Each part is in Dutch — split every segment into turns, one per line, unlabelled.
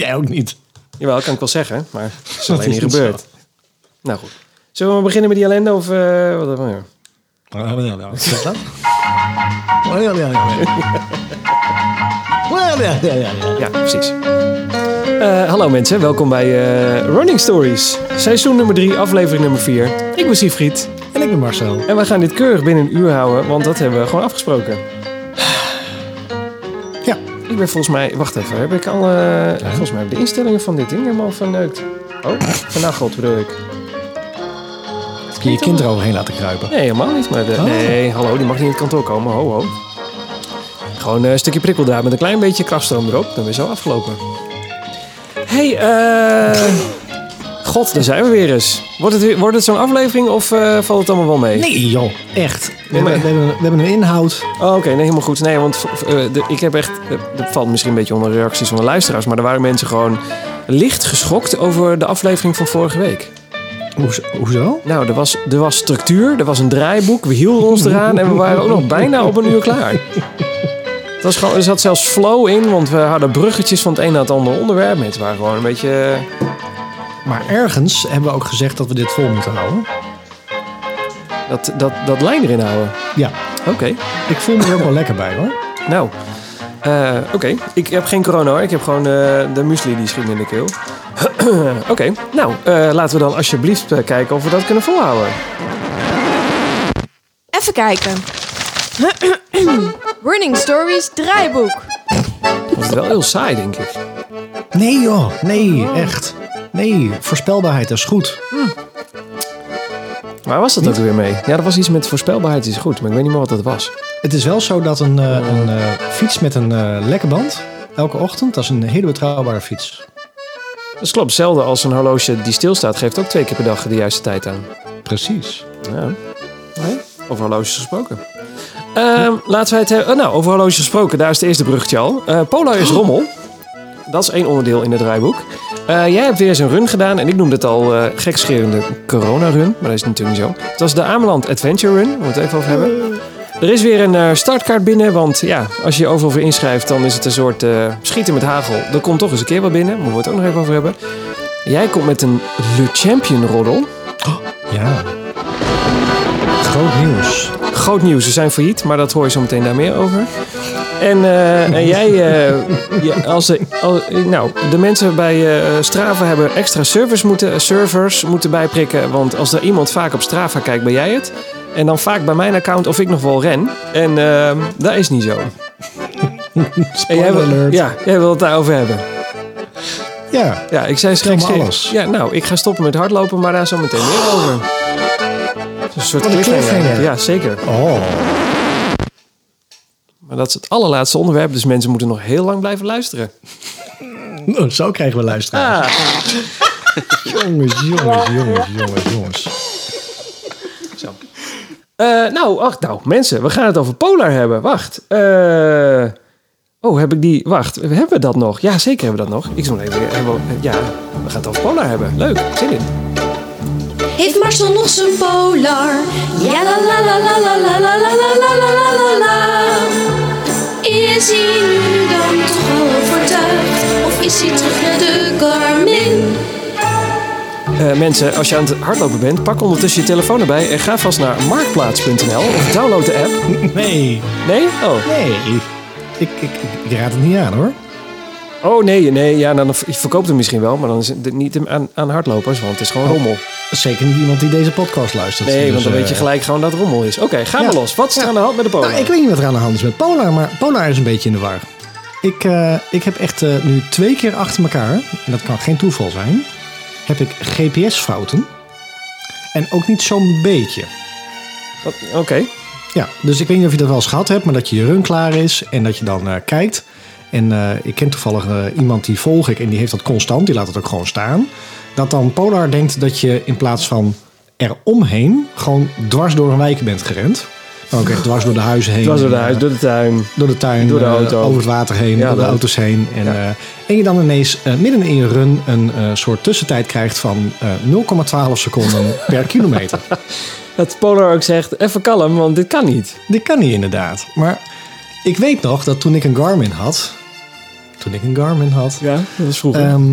Jij ook niet.
Jawel, dat kan ik wel zeggen, maar het is
Dat
alleen
is
niet
niet
gebeurd. Nou goed. Zullen we maar beginnen met die ellende of eh, wat dan ook?
Oh,
Ja, precies. Eh, hallo mensen, welkom bij eh, Running Stories. Seizoen nummer 3, aflevering nummer 4. Ik ben Siegfried
En ik ben Marcel.
en we gaan dit keurig binnen een uur houden, want dat hebben we gewoon afgesproken.
Ja.
Ik ben volgens mij... Wacht even, heb ik alle... Volgens mij heb ik de instellingen van dit ding helemaal verneukt. Oh, vernacheld bedoel ik.
Kun je je kind er overheen laten kruipen?
Nee, helemaal niet. Maar de-
Oh.
Nee, hallo, die mag niet in het kantoor komen. Ho, ho. Gewoon eh, een stukje prikkeldraad met een klein beetje krachtstroom erop. Dan ben je zo afgelopen. hey, eh... God, daar zijn we weer eens. Wordt het, weer- wordt het zo'n aflevering of eh, valt het allemaal wel mee?
Nee joh, echt. We
Nee, maar-
hebben, we hebben, we hebben een inhoud.
Oh, Oké, nee, helemaal goed. Nee, want eh, de- ik heb echt... eh, dat valt misschien een beetje onder de reacties van de luisteraars... maar er waren mensen gewoon licht geschokt over de aflevering van vorige week.
Hoezo? hoezo?
Nou, er was, er was structuur, er was een draaiboek, we hielden ons eraan en we waren ook nog bijna op een uur klaar. Het was gewoon, er zat zelfs flow in, want we hadden bruggetjes van het een naar het andere onderwerp. Het waren gewoon een beetje... eh,
Maar ergens hebben we ook gezegd dat we dit vol moeten houden.
eh, Dat, dat, dat lijn erin houden.
Ja,
Oké,
ik voel me er ook wel lekker bij hoor.
nou. Eh, Oké, ik heb geen corona hoor. Ik heb gewoon eh, de muesli die schiet me in de keel. Oké, nou, eh, laten we dan alsjeblieft eh, kijken of we dat kunnen volhouden.
Even kijken. Running Stories draaiboek.
Dat is wel heel saai, denk ik.
Nee joh, Oh. nee, echt. Nee, voorspelbaarheid is goed.
Waar was dat ook weer mee? Ja, er was iets met voorspelbaarheid is goed, maar ik weet niet meer wat dat was.
Het is wel zo dat een, eh, een eh, fiets met een eh lekkerband elke ochtend, dat is een hele betrouwbare fiets.
Dat klopt. Hetzelfde als een horloge die stilstaat, geeft ook twee keer per dag de juiste tijd aan.
Precies.
Ja. Over horloges gesproken. Ehm, laten wij het hebben. eh, nou, over horloges gesproken, daar is het eerste bruggetje al. Eh Polar is rommel. Dat is één onderdeel in het draaiboek. Eh, jij hebt weer eens een run gedaan en ik noemde het al eh gekscherende corona-run, maar dat is natuurlijk niet zo. Het was de Ameland Adventure Run, waar we het even over hebben. Er is weer een eh, startkaart binnen, want ja, als je je overal voor inschrijft, dan is het een soort eh, schieten met hagel. Er komt toch eens een keer wat binnen, moeten we het ook nog even over hebben. Jij komt met een Le Champion-roddel.
Ja. Groot nieuws.
Groot nieuws, ze zijn failliet, maar dat hoor je zo meteen daar meer over. En, eh, en jij, eh, ja, als de, al- nou, de mensen bij eh Strava hebben extra servers moeten, eh, servers moeten bijprikken. Want als er iemand vaak op Strava kijkt, ben jij het. En dan vaak bij mijn account of ik nog wel ren. En ehm, dat is niet zo. En jij wil,
alert.
ja, jij wil het daarover hebben.
Ja.
Ja, ik
Vertel
zei straks
me alles.
Ja, nou, ik ga stoppen met hardlopen, maar daar zo meteen meer over. Een soort
Wat een
cliffhanger.
cliffhanger.
Ja, zeker.
Oh.
Maar dat is het allerlaatste onderwerp, dus mensen moeten nog heel lang blijven luisteren.
Zo krijgen we luisteraars.
Ah,
Jongens, jongens, jongens, jongens, jongens.
eh, nou, ach, nou, mensen, we gaan het over Polar hebben. Wacht. eh, oh, heb ik die. Wacht, hebben we dat nog? Ja, zeker hebben we dat nog. Ik zoek even. hebben we- Ja, we gaan het over Polar hebben. Leuk, zin in.
Heeft Marcel nog zijn polar? Ja la la la la la la la la la la la la la la. Is hij nu dan toch al overtuigd? Of is hij terug naar de Garmin?
Eh, mensen, als je aan het hardlopen bent, pak ondertussen je telefoon erbij en ga vast naar marktplaats.nl of download de app.
Nee,
Nee? Oh.
nee. Ik, ik, ik, ik raad het niet aan hoor.
Oh nee, nee, ja, dan v- je verkoopt hem misschien wel, maar dan is het niet aan, aan hardlopers, want het is gewoon rommel.
Zeker niet iemand die deze podcast luistert.
Nee,
Dus,
want dan
eh,
weet je gelijk gewoon dat het rommel is. Oké, ga maar
Ja.
los. Wat is er
Ja.
aan de hand met de polar?
Nou, ik weet niet wat er aan de hand is met Polar, maar Polar is een beetje in de war. Ik, eh, ik heb echt eh, nu twee keer achter elkaar, en dat kan geen toeval zijn, heb ik GPS-fouten. En ook niet zo'n beetje.
Wat- Oké.
Ja, dus ik weet niet of je dat wel eens gehad hebt, maar dat je je run klaar is en dat je dan eh, kijkt. En eh, ik ken toevallig eh, iemand die volg ik en die heeft dat constant, die laat het ook gewoon staan. Dat dan Polar denkt dat je in plaats van eromheen gewoon dwars door een wijk bent gerend. Maar ook echt dwars door de huizen heen.
Het was door de
En, eh,
huis, door de tuin.
door de tuin,
Door de
eh,
auto.
over het water heen,
Ja,
door de
leuk.
auto's heen. En,
Ja.
eh, en je dan ineens eh, midden in je run een eh, soort tussentijd krijgt van eh, 0,12 seconden per kilometer.
Dat Polar ook zegt, even kalm, want dit kan niet.
Dit kan niet inderdaad. Maar ik weet nog dat toen ik een Garmin had, toen ik een Garmin had,
Ja, dat was vroeger.
ehm,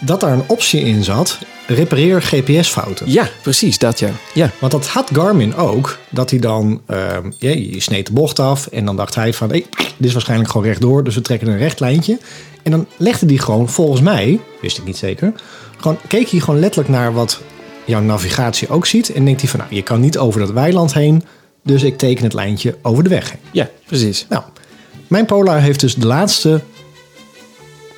dat daar een optie in zat, repareer GPS-fouten.
ja, precies, dat ja. Ja,
Want dat had Garmin ook. Dat hij dan, ehm, ja, je sneed de bocht af. En dan dacht hij van, hey, dit is waarschijnlijk gewoon rechtdoor. Dus we trekken een recht lijntje. En dan legde die gewoon, volgens mij, wist ik niet zeker. Gewoon, keek hij gewoon letterlijk naar wat jouw navigatie ook ziet. En denkt hij van, nou, je kan niet over dat weiland heen. Dus ik teken het lijntje over de weg heen.
ja precies.
Nou, mijn Polar heeft dus de laatste,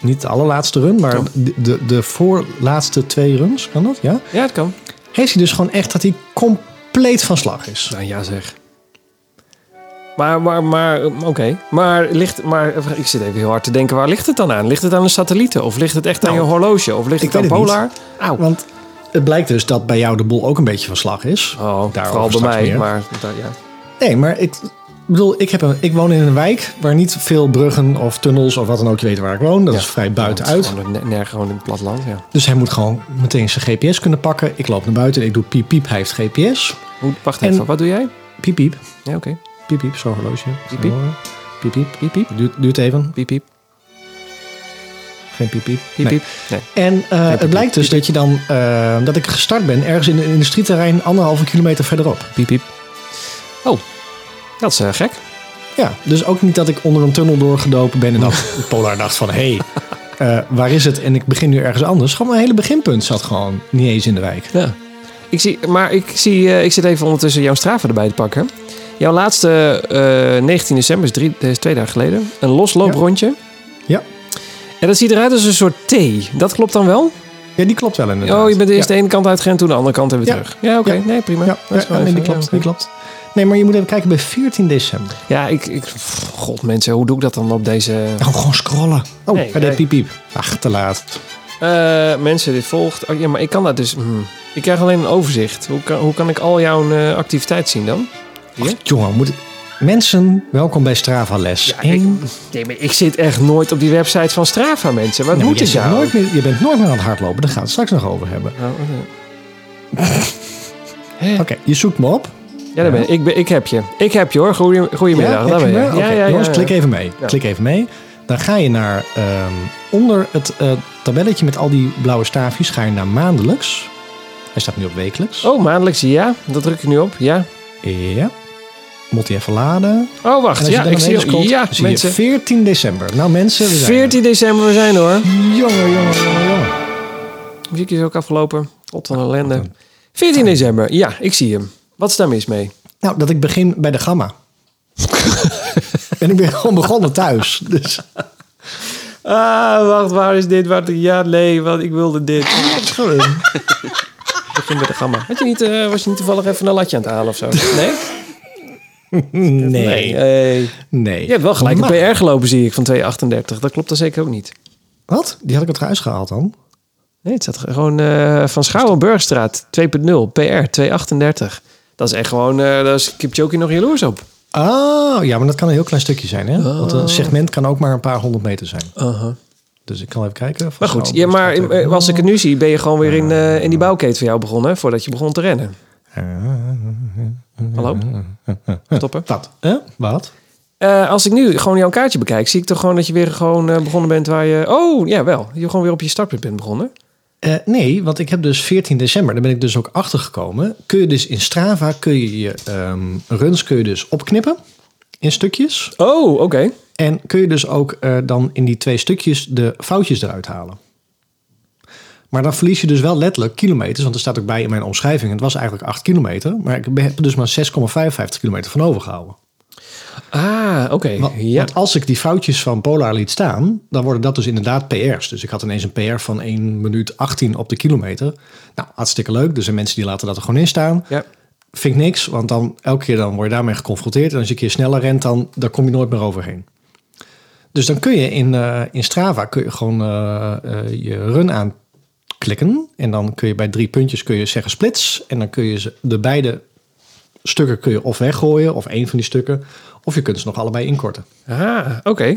niet de allerlaatste run. Maar
Oh.
de, de, de voorlaatste twee runs, kan dat? Ja
Ja, het kan.
heeft hij dus gewoon echt dat hij compleet van slag is.
Nou ja, zeg. Maar, maar, maar, ehm, oké. Maar, ligt, maar, ik zit even heel hard te denken, waar ligt het dan aan? Ligt het aan een satellieten? Of ligt het echt aan
Nou,
je horloge? Of ligt
ik
het aan
weet het niet.
Polar? Auw.
Want het blijkt dus dat bij jou de boel ook een beetje van slag is.
Oh,
Daarover
vooral bij
straks
mij.
meer.
Maar, daar- ja.
Nee, maar ik bedoel, ik, heb een, ik woon in een wijk waar niet veel bruggen of tunnels of wat dan ook. Je weet waar ik woon. Dat
Ja.
is vrij
Ja, het
buitenuit.
is Gewoon, een- nergens gewoon in het platteland, ja.
Dus hij moet gewoon meteen zijn GPS kunnen pakken. Ik loop naar buiten en ik doe piep piep. Hij heeft GPS.
Hoe, wacht
En-
even, wat doe jij?
Piep piep.
Ja, oké.
Piep piep, zo'n horloge.
Piep, piep.
Piep piep.
Piep, piep,
Duurt, duurt even.
piep, piep,
Geen piep piep.
piep,
Nee.
piep. Nee.
En eh,
piep,
het blijkt dus dat, je dan, eh, dat ik gestart ben ergens in een industrieterrein anderhalve kilometer verderop.
Piep, piep. Oh, dat is eh, gek.
Ja, dus ook niet dat ik onder een tunnel doorgedopen ben en dat Polar dacht van hé, hey, eh, waar is het? En ik begin nu ergens anders. Gewoon mijn hele beginpunt zat gewoon niet eens in de wijk.
Ja. Ik zie, maar ik, zie, eh, ik zit even ondertussen jouw straven erbij te pakken. Jouw laatste eh 19 december is, drie, eh, is twee dagen geleden. Een loslooprondje.
Ja.
En dat ziet eruit als een soort T. Dat klopt dan wel?
Ja, die klopt wel inderdaad.
Oh, je bent eerst
ja.
de ene kant uitgerend, toen de andere kant en weer
Ja.
terug. Ja, oké.
Ja.
Nee, prima.
Ja,
Dat is
ja,
wel
nee,
even-
die klopt,
ja,
die klopt. Nee, maar je moet even kijken bij 14 december.
Ja, ik, ik... pff, God, mensen, hoe doe ik dat dan op deze...
Nou, gewoon scrollen. Oh,
Nee,
hij deed
nee.
piep piep. Ach, te laat.
Eh, mensen, dit volgt... Oh, ja, maar ik kan dat dus... hmm. Ik krijg alleen een overzicht. Hoe kan, hoe kan ik al jouw eh, activiteit zien dan? Hier?
Jongen, moet ik... Mensen, welkom bij Strava Les. Nou,
Ja, ik, nee, maar ik zit echt nooit op die website van Strava, mensen.
Nee,
Wat
maar
moeten
je,
ze
bent
nou?
nooit meer, je bent nooit meer aan het hardlopen. Daar gaan we het straks nog over hebben.
Nou, eh. Hè?
Oké, je zoekt me op.
Ja, daar ben ik. Ik, ben, ik heb je. Ik heb je hoor. Goeie- Goedemiddag.
heb
daar
je
ben je.
me? Oké, jongens,
ja.
klik even mee.
Ja.
Klik even mee. Dan ga je naar ehm, onder het eh, tabelletje met al die blauwe staafjes. Ga je naar maandelijks. Hij staat nu op wekelijks.
Oh, maandelijks. Ja, dat druk ik nu op. Ja.
Ja. Moet hij even laden.
Oh,
En
wacht.
als je
Ja,
dan
ik zie
beneden scrolt,
Ja,
zie
mensen.
je 14 december. Nou mensen, we zijn er.
14 december, we zijn er, hoor.
Jongen, jongen, jongen, jongen.
Muziek is ook afgelopen. Tot een ellende. 14 december. Ja, ik zie hem. Wat is daar mis mee?
Nou, dat ik begin bij de gamma. en ik ben gewoon begonnen thuis. Dus
Ah, wacht. Waar is dit? Waar, ja, nee. Wat, ik wilde dit. Ik begin met de gamma. Had je niet, eh, was je niet toevallig even een latje aan het halen of zo? Nee?
Nee.
Hey.
Nee.
Je hebt wel gelijk een
Maar-
PR gelopen, zie ik, van 2,38. Dat klopt dan zeker ook niet.
Wat? Die had ik het eruit gehaald dan?
Nee, het staat gewoon eh, van Schouwenburgstraat 2.0, PR 2,38. Dat is echt gewoon, eh daar is Kipchoge nog jaloers op.
Oh, ja, maar dat kan een heel klein stukje zijn, hè?
Oh.
Want een segment kan ook maar een paar honderd meter zijn.
Uh-huh.
Dus ik kan even kijken.
Maar goed, ja, maar eh, als ik het nu zie, ben je gewoon weer in, eh, in die bouwketen van jou begonnen, hè, voordat je begon te rennen. Hallo? Stoppen.
Eh, Wat? Hè? Wat?
Eh, als ik nu gewoon jouw kaartje bekijk, zie ik toch gewoon dat je weer gewoon eh, begonnen bent waar je... Oh, ja, wel. Je gewoon weer op je startpunt bent begonnen.
Eh, nee, want ik heb dus 14 december, daar ben ik dus ook achtergekomen. Kun je dus in Strava, kun je je ehm, runs kun je dus opknippen in stukjes.
Oh, oké.
En kun je dus ook eh, dan in die twee stukjes de foutjes eruit halen. Maar dan verlies je dus wel letterlijk kilometers, want er staat ook bij in mijn omschrijving. Het was eigenlijk 8 kilometer, maar ik heb er dus maar 6,55 kilometer van overgehouden.
Ah, oké.
Want,
Ja.
want als ik die foutjes van Polar liet staan, dan worden dat dus inderdaad PR's. Dus ik had ineens een PR van 1 minuut 18 op de kilometer. Nou, hartstikke leuk. Dus er zijn mensen die laten dat er gewoon in staan.
ja.
Vind ik niks, want dan elke keer dan word je daarmee geconfronteerd. En als je een keer sneller rent, dan daar kom je nooit meer overheen. Dus dan kun je in, eh, in Strava kun je gewoon eh, eh, je run aanklikken. En dan kun je bij drie puntjes kun je zeggen splits. En dan kun je ze, de beide stukken kun je of weggooien, of één van die stukken. Of je kunt ze nog allebei inkorten.
Ah, oké.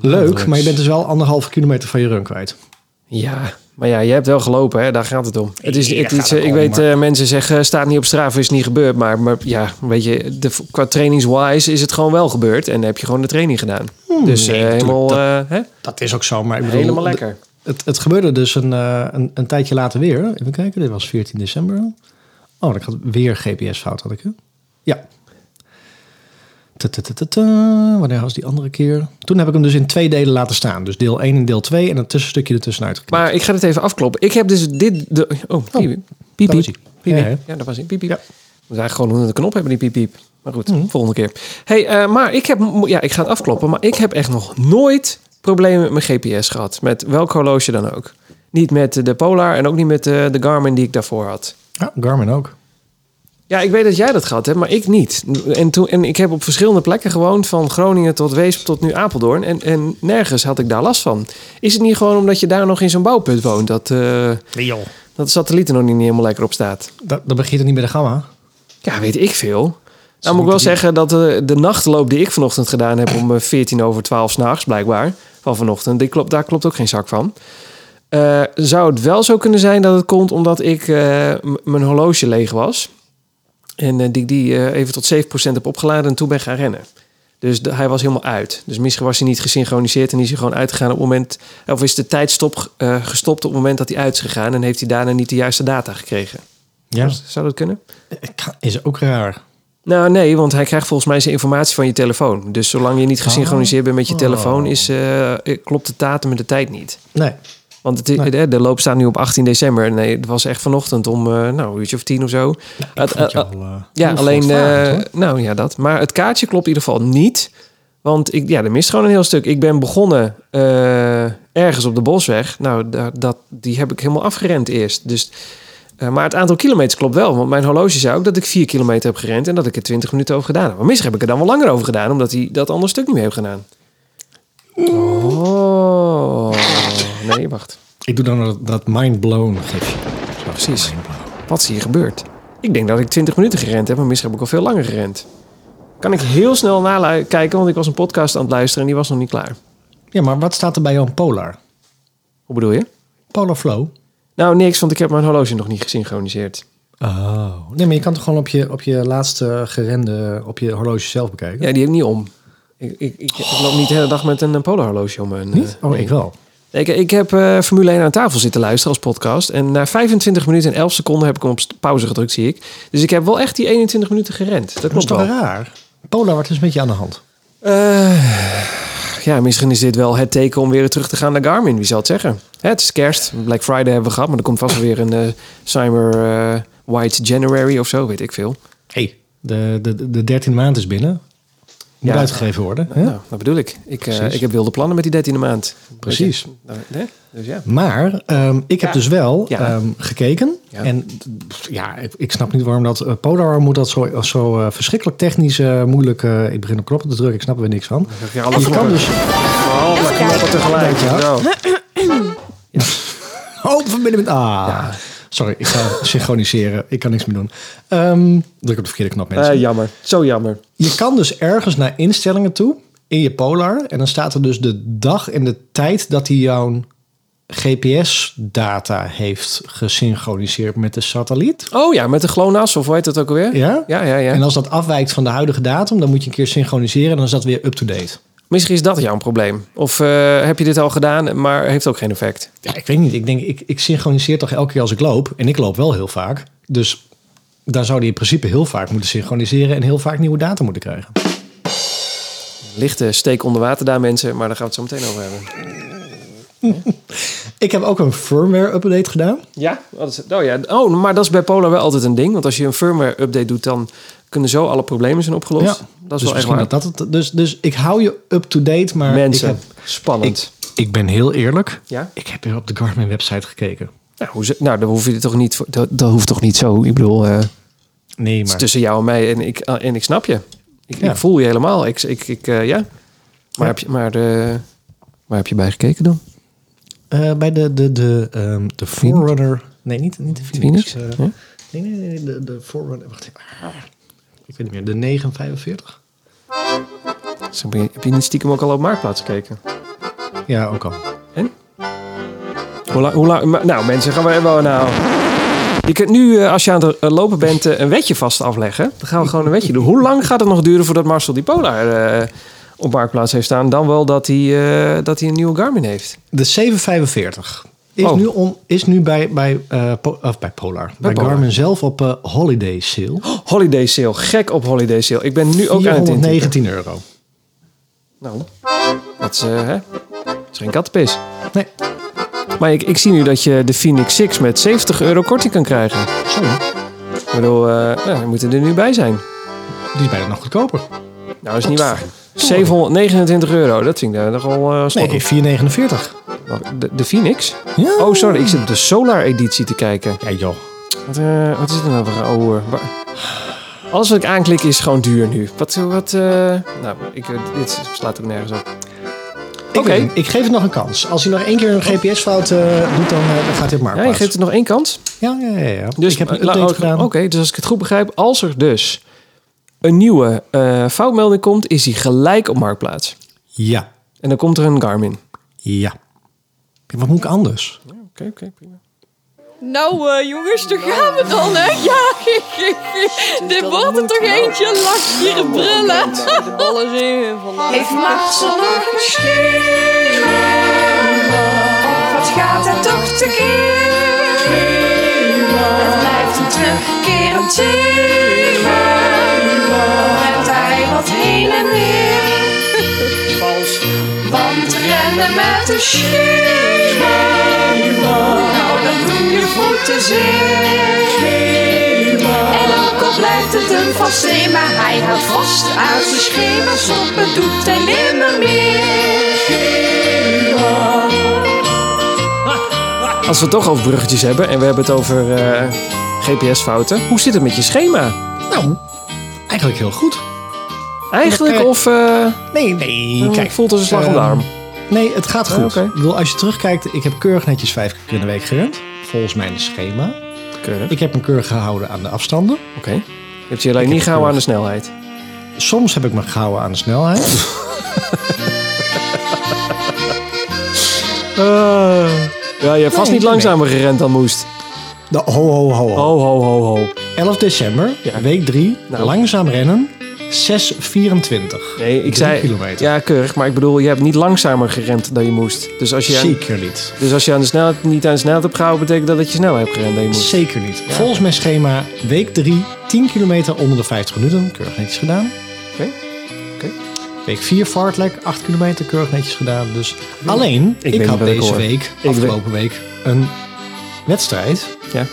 Leuk, maar je bent dus wel anderhalve kilometer van je run kwijt.
Ja, maar ja, je hebt wel gelopen, hè? daar gaat het om. Het is,
Ja,
het
gaat
is,
het
eh, ik
om,
weet,
maar-
eh, mensen zeggen, staat niet op straf, is niet gebeurd. Maar, maar ja, weet je, de, qua trainingswise is het gewoon wel gebeurd. En heb je gewoon de training gedaan. dus eh,
Hmm, nee, natuurlijk,
helemaal,
dat-
eh, hè?
Dat is ook zo, maar ik bedoel,
helemaal
de-
lekker.
Het, het gebeurde dus een, eh, een, een tijdje later weer. Even kijken, dit was 14 december. Oh, ik had weer GPS-fout, had ik. Hè? Ja. Ta-ta-ta-ta-ta. Wanneer was die andere keer? Toen heb ik hem dus in twee delen laten staan. Dus deel 1 en deel 2 en een tussenstukje ertussenuit geknipt.
Maar ik ga het even afkloppen. Ik heb dus dit... De, oh, piep, piep,
daar was hij.
piep.
Ja,
Piep, piep.
hè?
Ja, dat was hij. Piep, piep.
Ja. Mhm.
We moeten eigenlijk gewoon onder de knop hebben, die piep, piep. Maar goed, volgende keer. hey, eh, maar ik heb... mo- Ja, ik ga het afkloppen. Maar ik heb echt nog nooit problemen met mijn GPS gehad. Met welk horloge dan ook. Niet met eh, de Polar en ook niet met eh, de Garmin die ik daarvoor had.
Ja, Garmin ook.
Ja, ik weet dat jij dat gehad hebt, maar ik niet. En, toen, en ik heb op verschillende plekken gewoond, van Groningen tot Weesp tot nu Apeldoorn. En, en nergens had ik daar last van. Is het niet gewoon omdat je daar nog in zo'n bouwput woont, dat, eh, dat de satelliet er nog niet helemaal lekker op staat?
Da- dan begint het niet bij de gamma.
Ja, weet ik veel. Nou moet ik wel zeggen dat eh, de, de nachtloop die ik vanochtend gedaan heb om eh, 14 over 12 s'nachts, blijkbaar, van vanochtend, die klopt, daar klopt ook geen zak van. Eh, zou het wel zo kunnen zijn dat het komt omdat ik eh, m- mijn horloge leeg was. En eh, die ik die eh, even tot 7% heb opgeladen en toen ben gaan rennen. Dus de- hij was helemaal uit. Dus misschien was hij niet gesynchroniseerd en is hij gewoon uitgegaan op het moment... Of is de tijdstop eh, gestopt op het moment dat hij uit is gegaan... en heeft hij daarna niet de juiste data gekregen.
Ja,
Zou dat kunnen?
Dus is ook raar.
Nou nee, want hij krijgt volgens mij zijn informatie van je telefoon. Dus zolang je niet gesynchroniseerd bent met je telefoon, is, eh, klopt de datum met de tijd niet.
Nee.
Want het,
Nee.
de, de loop staat nu op 18 december. Nee, het was echt vanochtend om eh, nou, een uurtje of tien of zo. Het-
Vond je
eh,
wel, eh,
ja,
heel
alleen.
voortvarend,
eh,
hoor.
nou ja, dat. Maar het kaartje klopt in ieder geval niet. Want ik, ja, er mist gewoon een heel stuk. Ik ben begonnen eh, ergens op de bosweg. Nou, da- dat, die heb ik helemaal afgerend eerst. Dus, eh, maar het aantal kilometers klopt wel. Want mijn horloge zei ook dat ik 4 kilometer heb gerend. En dat ik er 20 minuten over gedaan heb. Maar misschien heb ik er dan wel langer over gedaan. Omdat hij dat andere stuk niet meer heeft gedaan. Oh. Nee, wacht.
Ik doe dan dat, dat mind-blown gifje.
Precies. Wat is hier gebeurd? Ik denk dat ik 20 minuten gerend heb, maar misschien heb ik al veel langer gerend. Kan ik heel snel nakijken, want ik was een podcast aan het luisteren en die was nog niet klaar.
Ja, maar wat staat er bij jou Polar?
Hoe bedoel je?
Polar Flow?
Nou, niks, want ik heb mijn horloge nog niet gesynchroniseerd.
Oh. Nee, maar je kan het gewoon op je, op je laatste gerende, op je horloge zelf bekijken.
Ja, die heb ik niet om. Ik, ik, ik, ik loop niet de hele dag met een eh, polarhorloge om. En, eh,
Niet? Oh,
nee.
ik wel.
Ik, ik heb eh, Formule 1 aan tafel zitten luisteren als podcast. En na 25 minuten en 11 seconden heb ik hem op st- pauze gedrukt, zie ik. Dus ik heb wel echt die 21 minuten gerend. Dat
Dat is
klopt
toch
wel.
raar? Polar, wat is met je aan de hand?
Eh, ja, misschien is dit wel het teken om weer terug te gaan naar Garmin. Wie zal het zeggen? Hè, het is kerst. Black Friday hebben we gehad. Maar er komt vast wel weer een eh Cyber eh, White January of zo. Weet ik veel.
hey, de, de, de 13 maand is binnen. Moet
Ja.
uitgegeven worden. hè?
Nou, dat bedoel ik. Ik, eh,
Precies.
ik heb wilde plannen met die 13e maand.
Precies.
Weet je? Nou, hè? Dus ja.
Maar ehm, ik heb dus wel
Ja.
ehm, gekeken.
Ja.
En pff, ja, ik, ik snap niet waarom dat eh, Polar moet dat zo, zo eh, verschrikkelijk technisch eh, moeilijk. eh, ik begin op knoppen te drukken, ik snap er weer niks van.
Ja, alle
Je kan
knoppen.
dus.
Even kijken.
tegelijk, ja.
Nou,
Oh, verbinden met. Ah. Sorry, ik ga synchroniseren. Ik kan niks meer doen. Ehm, druk op de verkeerde knop, mensen.
eh, jammer. Zo jammer.
Je kan dus ergens naar instellingen toe in je Polar. En dan staat er dus de dag en de tijd dat hij jouw GPS-data heeft gesynchroniseerd met de satelliet.
Oh ja, met de GLONASS of hoe heet dat ook alweer?
Ja?
Ja, ja, ja.
En als dat afwijkt van de huidige datum, dan moet je een keer synchroniseren. en Dan is dat weer up-to-date.
Misschien is dat jouw probleem. Of eh, heb je dit al gedaan, maar heeft ook geen effect.
Ja, ik weet niet. Ik denk, ik, ik synchroniseer toch elke keer als ik loop. En ik loop wel heel vaak. Dus daar zou die in principe heel vaak moeten synchroniseren. En heel vaak nieuwe data moeten krijgen.
Lichte steek onder water daar, mensen. Maar daar gaan we het zo meteen over hebben.
Ik heb ook een firmware-update gedaan.
Ja? Oh, dat is- oh ja, oh, maar dat is bij Polar wel altijd een ding. Want als je een firmware-update doet, dan kunnen zo alle problemen zijn opgelost. dat is
dus
wel echt
misschien
waar.
dat dat het, dus, dus ik hou je up-to-date. Maar
Mensen,
Ik, heb-
spannend.
ik ben heel eerlijk.
Ja?
Ik heb weer op de Garmin-website gekeken.
Nou, hoe, ze- nou, dan hoef je dit toch niet... voor- Dat, dat hoeft toch niet zo? Ik bedoel, eh, Dus het
Nee,
is
maar...
tussen jou en mij en ik, eh, en ik snap je. Ik,
Ja.
ik voel je helemaal. Ik, ik, ik, eh, ja. Maar,
Ja.
Heb je, maar eh, waar heb je bij gekeken dan?
eh, bij de, de, de, ehm, de Forerunner... Nee, niet, niet de Phoenix.
Phoenix?
eh,
Ja?
nee, nee, nee. De, de Forerunner... Wacht even. Ah, Ik weet niet meer. De 945?
Dus heb, je, heb je niet stiekem ook al op Marktplaats gekeken?
Ja, ook al.
En? Hoe lang, hoe lang, maar- nou mensen, gaan we even nou... Je kunt nu, eh, als je aan het eh, lopen bent, eh, een wetje vast afleggen. Dan gaan we gewoon een wetje doen. Hoe lang gaat het nog duren voordat Marcel die Polar eh, op Marktplaats heeft staan? Dan wel dat hij, eh, dat hij een nieuwe Garmin heeft.
De 745 is
Oh.
nu, on- is nu bij, bij, eh, Po- of bij Polar. Bij,
Polar.
Garmin zelf op eh, holiday sale.
Holiday sale, gek op holiday sale. Ik ben nu ook aan het intypen.
419 euro.
Nou, dat is, eh, hè? dat is geen kattenpis.
Nee,
Maar ik, ik zie nu dat je de Phoenix 6 met 70 euro korting kan krijgen.
zo.
Ik bedoel, eh ja, we moeten er nu bij zijn.
Die is bijna nog goedkoper.
Nou, dat is niet waar. 729 euro, dat vind ik eh, nogal eh slok.
Nee, 449.
Wacht, De, de Phoenix?
Ja.
Oh, sorry, ik zit op de Solar Editie te kijken.
Ja joh.
Wat, eh, wat is het nou voor een oude... waar- Alles wat ik aanklik is gewoon duur nu. Wat... wat eh, Nou, ik, eh, dit slaat ook nergens op.
Ik,
Oké.
weet niet, ik geef het nog een kans. Als hij nog één keer een GPS-fout eh, doet, dan, eh, dan gaat hij op
Ja, je
marktplaats.
geeft het nog één kans.
Ja, ja, ja, ja.
Dus,
ik heb een
eh, la-
update
oh,
gedaan.
Oké, dus als ik het goed begrijp, als er dus een nieuwe eh, foutmelding komt, is die gelijk op Marktplaats.
Ja,
En dan komt er een Garmin.
ja. Ja, Wat moet ik anders?
Oké, oké, prima.
Nou eh, jongens, daar gaan we dan, hè? Ja, dit wordt er toch eentje lachje brillen. Alles in vandaag.
Heeft Marcel nog geschreven? Of wat gaat er toch te keren? Het blijft een terugkerend thema. Het hij wat heen en weer. Want rennen met een schema. Nou, dan doen je voeten zeer. En ook al blijft het een vast thema, hij houdt vast aan zijn schema. Stoppen doet hij nimmer meer.
Als we het toch over bruggetjes hebben en we hebben het over eh, GPS-fouten, hoe zit het met je schema?
Nou, eigenlijk heel goed.
Eigenlijk
Oké.
of eh
Nee, nee. Kijk,
voelt als een slag om de
ehm,
arm?
Nee, het gaat goed.
Ah, oké.
Ik bedoel, als je terugkijkt, ik heb keurig netjes vijf keer in de week gerend. Volgens mijn schema.
Keurig.
Ik heb me keurig gehouden aan de afstanden.
Oké. Je hebt je alleen niet gehouden aan de snelheid.
Soms heb ik me gehouden aan de snelheid.
Ja, je hebt vast
Nee,
niet langzamer gerend dan moest.
De ho, ho, ho, ho.
Ho, ho, ho, ho.
11 december,
Oh. Ja.
week 3,
Nou.
langzaam rennen, 6,24.
Nee, ik
Drie
zei...
kilometer.
Ja, keurig. Maar ik bedoel, je hebt niet langzamer gerend dan je moest. Dus als je aan-
Zeker niet.
Dus als je aan de snelheid, niet aan de snelheid hebt gehouden, betekent dat dat je snel hebt gerend. en je moet.
Zeker niet. Volgens mijn schema, week 3, 10 kilometer onder de 50 minuten. Keurig netjes gedaan.
Oké. Oké.
Week 4, fartlek, 8 kilometer. Keurig netjes gedaan. Dus alleen,
weet
ik,
niet
had
wat ik
deze
hoor.
week,
weet-
afgelopen week, een wedstrijd.
Ja.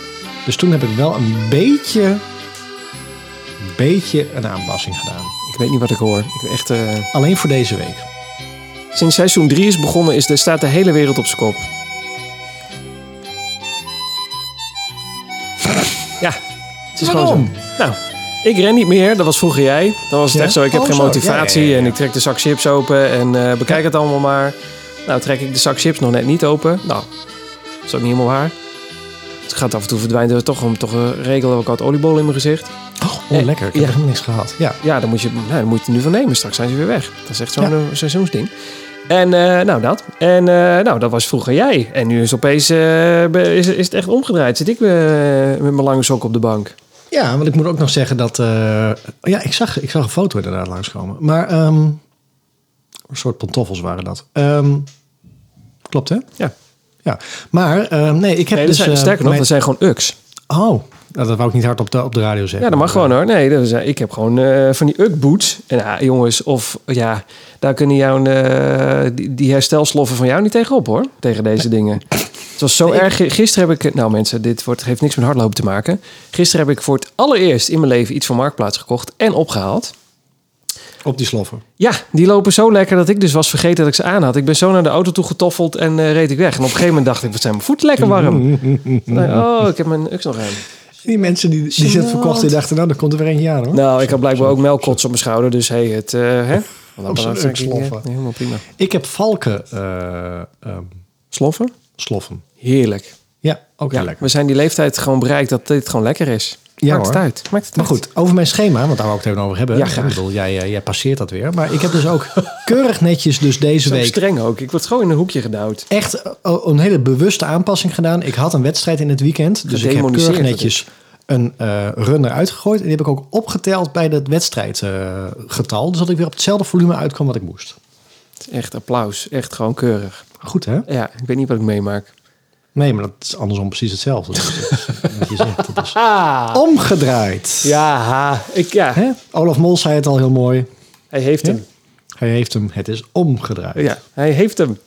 Dus toen heb ik wel een beetje, een beetje een aanpassing gedaan.
Ik weet niet wat ik hoor. Ik ben echt, eh,
Alleen voor deze week.
Sinds seizoen 3 is begonnen, is de, staat de hele wereld op zijn kop. Ja, het is
Waarom?
gewoon zo. Nou, ik ren niet meer. Dat was vroeger jij. Dan was het
Ja?
echt zo. Ik heb
Oh,
geen
zo.
motivatie
Ja, ja, ja, ja.
en ik trek de zak chips open en eh, bekijk het allemaal maar. Nou, trek ik de zak chips nog net niet open. Nou, dat is ook niet helemaal waar. Het gaat af en toe verdwijnt er toch om toch een regel ook wat oliebol in mijn gezicht.
Oh, lekker. Ik heb
ja.
helemaal niks gehad. Ja.
Ja, dan moet je, nou, dan moet je er nu van nemen. Straks zijn ze weer weg. Dat is echt zo'n eh, seizoensding. En eh, nou, dat. En eh, nou, dat was vroeger jij. En nu is opeens eh, be- is, is het echt omgedraaid. Zit ik eh, met mijn lange sok op de bank.
Ja, want ik moet ook nog zeggen dat... eh, ja, ik zag, ik zag een foto inderdaad langskomen. Maar ehm, een soort pantoffels waren dat. Ehm, klopt, hè?
Ja.
Ja. Maar ehm, nee, ik heb
Nee, dat
dus...
zijn,
eh,
sterker nog,
mijn-
dat zijn gewoon uks.
Oh, nou, dat wou ik niet hard op de, op de radio zeggen.
Ja, dat mag
Maar,
gewoon hoor. Nee, dat zijn, ik heb gewoon eh, van die uk-boots. En ja, jongens, of ja, daar kunnen jouw, eh, die, die herstelsloffen van jou niet tegenop hoor. Tegen deze dingen. Het was zo erg. Gisteren heb ik, nou mensen, dit wordt, heeft niks met hardlopen te maken. Gisteren heb ik voor het allereerst in mijn leven iets van Marktplaats gekocht en opgehaald.
eh, Op die sloffen.
Ja, die lopen zo lekker dat ik dus was vergeten dat ik ze aan had. Ik ben zo naar de auto toe getoffeld en eh, reed ik weg. En op een gegeven moment dacht ik, wat zijn mijn voeten lekker warm. Oh, ik heb mijn uks nog aan.
Die mensen die, die dit verkochten, die dachten... Nou, dan komt er weer eentje aan, hoor.
Nou, ik had blijkbaar ook melkkots op mijn schouder, dus hey, het... eh hè?
Op zo'n
Belangrijk,
sloffen.
ja, Helemaal prima.
Ik heb valken eh, ehm,
Sloffen?
sloffen.
Heerlijk.
Ja, ook heel
Ja,
lekker.
we zijn die leeftijd gewoon bereikt dat dit gewoon lekker is.
Ja,
Maakt het
hoor.
uit. Maakt het
Maar
uit.
goed, over mijn schema, want daar wou ik het even over hebben.
Ja,
ik
graag.
bedoel, jij, eh, jij passeert dat weer. Maar ik heb dus ook keurig netjes dus deze
Zo
week
streng ook. Ik word gewoon in een hoekje gedouwd.
echt eh, een hele bewuste aanpassing gedaan. Ik had een wedstrijd in het weekend, dus ik heb keurig
Gedemoniseerd,
netjes een eh, runner uitgegooid. En die heb ik ook opgeteld bij dat wedstrijdgetal. dus dat ik weer op hetzelfde volume uitkwam wat ik moest.
Echt applaus. Echt gewoon keurig.
Goed hè?
Ja, ik weet niet wat ik meemaak.
Nee, maar dat is andersom precies hetzelfde. Dat is- wat je zegt, dat is omgedraaid.
Ah. Ja, ha. ik, ja.
Hè? Olaf Mol zei het al heel mooi.
hij heeft hem.
Hij heeft hem, het is omgedraaid.
Ja, hij heeft hem.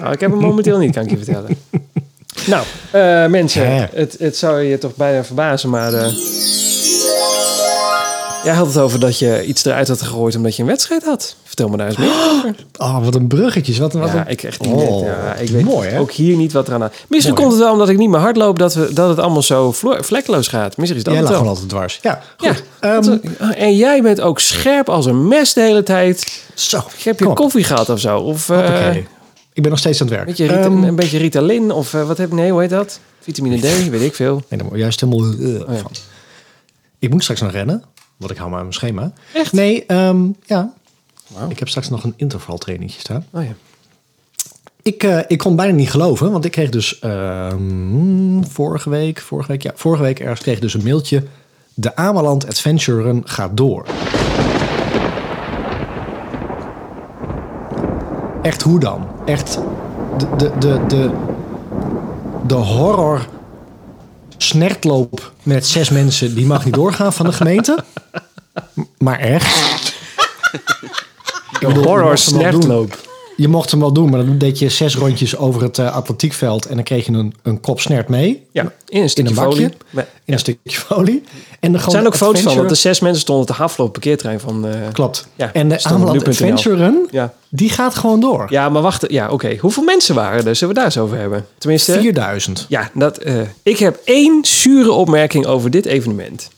Nou, ik heb hem momenteel niet, kan ik je vertellen. Nou, eh,
Hè?
mensen, het, het zou je toch bijna verbazen, maar... eh, jij had het over dat je iets eruit had gegooid omdat je een wedstrijd had. Vertel me daar eens meer.
Oh, wat een bruggetjes. Wat, een- wat
Ja,
een...
ik echt niet.
Oh,
ja, ik weet
mooi, hè?
ook hier niet wat eraan aan. Misschien
Mooi.
komt het wel omdat ik niet meer hard loop dat, we, dat het allemaal zo vlo- vlekkeloos gaat. Misschien is dat
Jij
het
lag
wel.
gewoon altijd dwars. Ja,
Ja,
goed.
dat-
Ehm,
en jij bent ook scherp als een mes de hele tijd.
zo,
Heb je
kom op.
koffie gehad of zo? Of eh,
Hoppakee. Ik ben nog steeds aan het werk.
beetje Rita-
Ehm,
een beetje Ritalin of eh, wat heb Nee, hoe heet dat? Vitamine D, weet ik veel.
nee, daar moet juist helemaal eh,
Oh, ja.
van. Ik moet straks nog rennen, want ik hou maar aan mijn schema.
Echt?
Nee, ehm, ja.
Wauw.
Ik heb straks nog een intervaltrainingje staan.
Oh ja.
Ik, eh, ik kon bijna niet geloven, want ik kreeg dus ehm, vorige week, vorige week, ja, vorige week ergens kreeg ik dus een mailtje. De Ameland Adventure Run gaat door. Echt hoe dan? Echt de, de, de, de, de horror snertloop met zes mensen die mag niet doorgaan van de gemeente. M- Maar echt. Ik bedoel, je
Horror
mag hem wel doen.
snertloop.
Je mocht hem wel doen, maar dan deed je zes rondjes over het eh, atletiekveld. En dan kreeg je een, een kop snert mee.
Ja, in een
In
stukje
een bakje.
folie.
In een stukje folie. En dan
Er
gewoon
zijn ook foto's van,
adventure-
want er zes mensen stonden te haffelen op het parkeertrein van... eh,
Klopt.
Ja,
en de
stond op
Ameland
nu.nl.
Adventure Run,
ja.
die gaat gewoon door.
ja, maar wacht. Ja, oké. Hoeveel mensen waren er? Zullen we daar eens over hebben? Tenminste,
4000.
ja, dat, eh, ik heb één zure opmerking over dit evenement.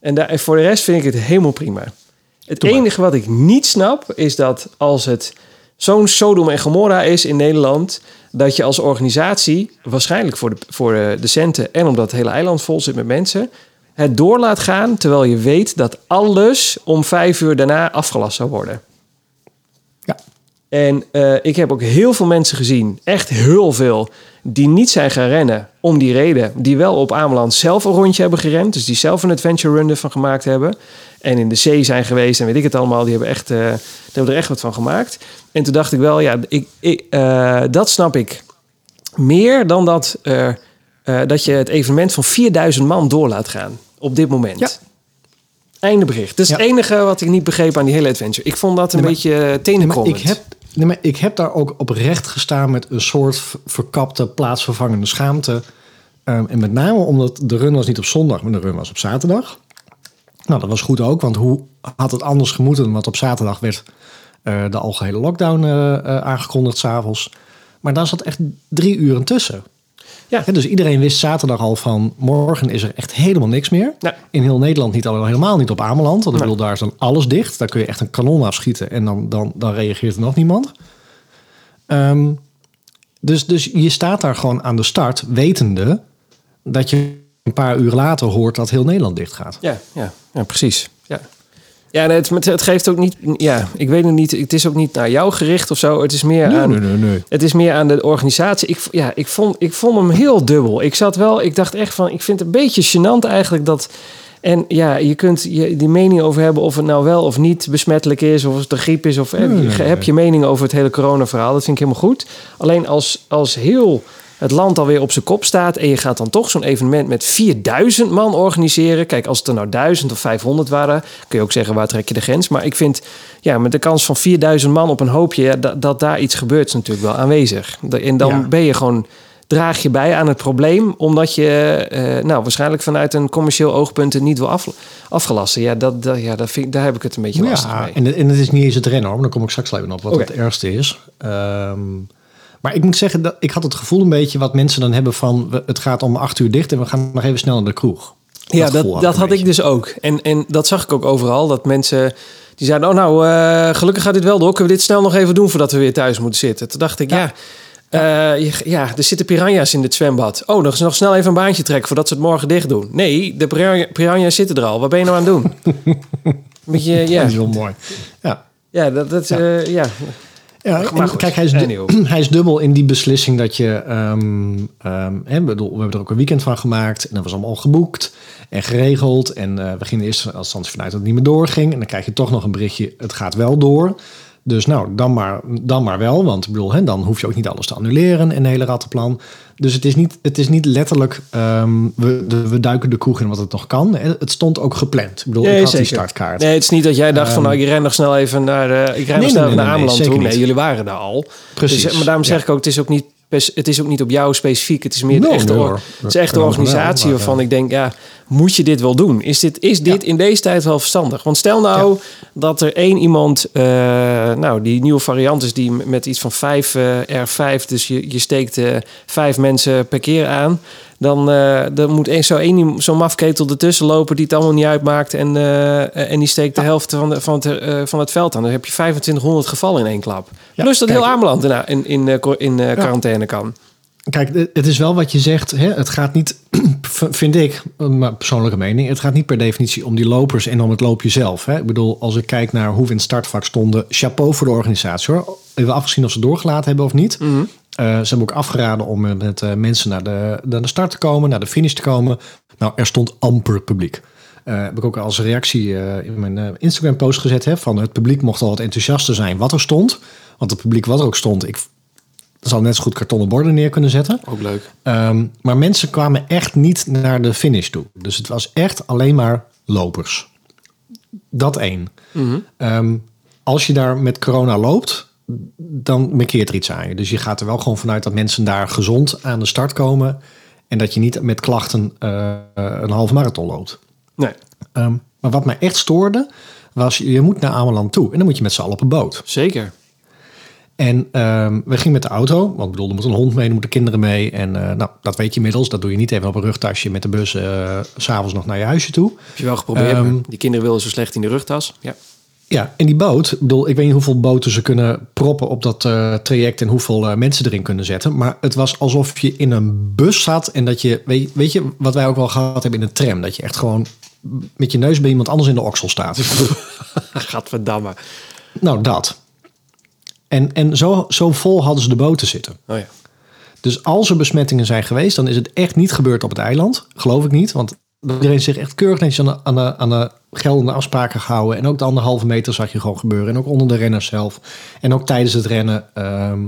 En daar, voor de rest vind ik het helemaal prima. Het
Doe maar.
enige wat ik niet snap is dat als het zo'n Sodom en Gomorra is in Nederland, dat je als organisatie, waarschijnlijk voor de, voor eh, de centen en omdat het hele eiland vol zit met mensen, het door laat gaan terwijl je weet dat alles om vijf uur daarna afgelast zou worden.
Ja.
En eh, ik heb ook heel veel mensen gezien, echt heel veel, die niet zijn gaan rennen om die reden. Die wel op Ameland zelf een rondje hebben gerend. Dus die zelf een adventure run ervan gemaakt hebben. En in de zee zijn geweest en weet ik het allemaal. Die hebben, echt, eh, die hebben er echt wat van gemaakt. En toen dacht ik wel, ja, ik, ik, eh, dat snap ik. Meer dan dat, eh, eh, dat je het evenement van 4000 man door laat gaan op dit moment.
Ja.
Einde bericht. Dat is
Ja.
het enige wat ik niet begreep aan die hele adventure. Ik vond dat een
Nee, maar-
beetje eh,
Maar
tenenkrommend.
ik, heb, nee, maar ik heb daar ook oprecht gestaan met een soort v- verkapte, plaatsvervangende schaamte. Ehm, en met name omdat de run was niet op zondag, maar de run was op zaterdag. Nou, dat was goed ook, want hoe had het anders gemoeten? Want op zaterdag werd eh, de algehele lockdown eh, eh, aangekondigd s'avonds. Maar daar zat echt drie uren tussen.
Ja.
Hè, dus iedereen wist zaterdag al van morgen is er echt helemaal niks meer.
Ja.
In heel Nederland niet, al helemaal niet op Ameland. Want ik bedoel, daar is dan alles dicht. Daar kun je echt een kanon afschieten en dan, dan, dan reageert er nog niemand. Ehm, dus, dus je staat daar gewoon aan de start, wetende dat je een paar uur later hoort dat heel Nederland dicht gaat.
Ja, ja, ja precies. Ja, ja nee, het, het geeft ook niet. Ja, ik weet het niet. Het is ook niet naar jou gericht of zo. Het is meer aan.
nee, nee.
Het is meer aan de organisatie. Ik, v- ja, ik, vond, ik vond hem heel dubbel. Ik zat wel, ik dacht echt van, ik vind het een beetje gênant eigenlijk dat. En ja, je kunt je, die mening over hebben of het nou wel of niet besmettelijk is, of het de griep is, of heb, je,
nee,
heb je mening over het hele coronaverhaal. Dat vind ik helemaal goed. Alleen als, als heel het land alweer op zijn kop staat en je gaat dan toch zo'n evenement met 4000 man organiseren. Kijk, als het er nou 1000 of 500 waren, kun je ook zeggen waar trek je de grens. Maar ik vind, ja, met de kans van 4000 man op een hoopje, ja, dat, dat daar iets gebeurt, is natuurlijk wel aanwezig. Da- En dan
Ja.
ben je gewoon, draag je bij aan het probleem, omdat je, eh, nou, waarschijnlijk vanuit een commercieel oogpunt het niet wil af, afgelasten. Ja, dat, dat, ja dat vind, ik- daar heb ik het een beetje lastig
Ja,
mee.
en, en het is niet eens het rennen hoor, maar daar kom ik straks wel even op wat
Oké.
het ergste is. Ehm, maar ik moet zeggen, dat, ik had het gevoel een beetje wat mensen dan hebben van... we- het gaat om acht uur dicht en we gaan nog even snel naar de kroeg.
Ja, dat,
gevoel
dat,
ik een
had ik
beetje.
dus ook. En, en dat zag ik ook overal. Dat mensen die zeiden, oh nou, eh, gelukkig gaat dit wel door. Kunnen we dit snel nog even doen voordat we weer thuis moeten zitten? Toen dacht ik, ja, Eh, je- ja, er zitten piranha's in dit zwembad. Oh, nog, nog snel even een baantje trekken voordat ze het morgen dicht doen. Nee, de piranha, piranha's zitten er al. Wat ben je nou aan het doen? Een beetje, ja.
Dat is wel mooi. Ja.
Ja, dat, dat, ja. ja.
Ja,
Maar
en
goed,
kijk, hij is, du- hij is dubbel in die beslissing dat je... ehm, ehm, hè, bedoel, we hebben er ook een weekend van gemaakt. En dat was allemaal al geboekt en geregeld. En eh, we gingen eerst in eerste instantie vanuit dat het niet meer doorging. En dan krijg je toch nog een berichtje, het gaat wel door. Dus nou, dan maar, dan maar wel. Want ik bedoel, hè, dan hoef je ook niet alles te annuleren. En het hele rattenplan. Dus het is niet, het is niet letterlijk... ehm, we, de- we duiken de kroeg in wat het nog kan. Hè, Het stond ook gepland. Ik bedoel, ik
Nee,
had
zeker.
die startkaart.
Nee, het is niet dat jij dacht van,
Ehm,
nou, ik ren nog snel even naar, eh,
nee,
ik ren nog snel
nee,
even
nee,
naar
nee,
Ameland
zeker
toe.
niet.
Nee, jullie waren daar al.
Precies,
Dus, eh, maar daarom
ja.
zeg ik ook, het is ook niet, pers- het is ook niet op jou specifiek. Het is meer
No,
de echte,
nee,
or-
hoor.
het is echt de
Ja,
organisatie
maar,
waarvan ik denk, ja, moet je dit wel doen? Is dit, is dit in deze tijd wel verstandig? Want stel nou dat er één iemand, eh, nou, die nieuwe variant is die met iets van 5 R5, dus je, je steekt eh, vijf mensen per keer aan. Dan, eh dan moet één- zo één iem- zo'n mafketel ertussen lopen die het allemaal niet uitmaakt. En, eh, en die steekt de helft van, de- van, het, eh, van het veld aan. Dan heb je 2500 gevallen in één klap.
Ja,
Plus dat
kijk.
heel Ameland in, in, in, eh, quar- in eh, quarantaine kan.
Kijk, het- het is wel wat je zegt. Hè? Het gaat niet, v- vind ik, maar persoonlijke mening. Het gaat niet per definitie om die lopers en om het loopje zelf. Hè? Ik bedoel, als ik kijk naar hoe we in het startvak stonden. Chapeau voor de organisatie hoor. Even afgezien of ze doorgelaten hebben of niet. Eh, ze hebben ook afgeraden om eh, met eh, mensen naar de, naar de start te komen, naar de finish te komen. Nou, er stond amper publiek. Eh, heb ik ook als reactie eh, in mijn eh, Instagram-post gezet. Hè, van het publiek mocht al wat enthousiaster zijn wat er stond. Want het publiek wat er ook stond, ik zou net zo goed kartonnen borden neer kunnen zetten.
Ook leuk.
Ehm, maar mensen kwamen echt niet naar de finish toe. Dus het was echt alleen maar lopers. Dat één.
Mhm.
Ehm, als je daar met corona loopt, dan merkeert er iets aan je. Dus je gaat er wel gewoon vanuit dat mensen daar gezond aan de start komen. En dat je niet met klachten eh, eh, een half marathon loopt.
Nee,
Ehm, maar wat mij echt stoorde, was je moet naar Ameland toe. En dan moet je met z'n allen op een boot.
zeker.
En ehm, we gingen met de auto, want ik bedoel, er moet een hond mee, er moeten kinderen mee. En eh, nou, dat weet je inmiddels, dat doe je niet even op een rugtasje met de bus eh, s s'avonds nog naar je huisje toe.
Heb je wel geprobeerd.
Ehm,
maar die kinderen willen zo slecht in de rugtas. Ja.
Ja, en die boot, ik bedoel, ik weet niet hoeveel boten ze kunnen proppen op dat eh, traject en hoeveel eh, mensen erin kunnen zetten. Maar het was alsof je in een bus zat en dat je, weet, weet je, wat wij ook wel gehad hebben in een tram, dat je echt gewoon met je neus bij iemand anders in de oksel staat.
Gadverdamme.
nou, dat. En, en zo, zo vol hadden ze de boten zitten.
Oh ja.
Dus als er besmettingen zijn geweest, dan is het echt niet gebeurd op het eiland. Geloof ik niet, want iedereen zich echt keurig netjes aan de, aan de, aan de geldende afspraken gehouden. En ook de anderhalve meter zag je gewoon gebeuren. En ook onder de renners zelf. En ook tijdens het rennen. ehm,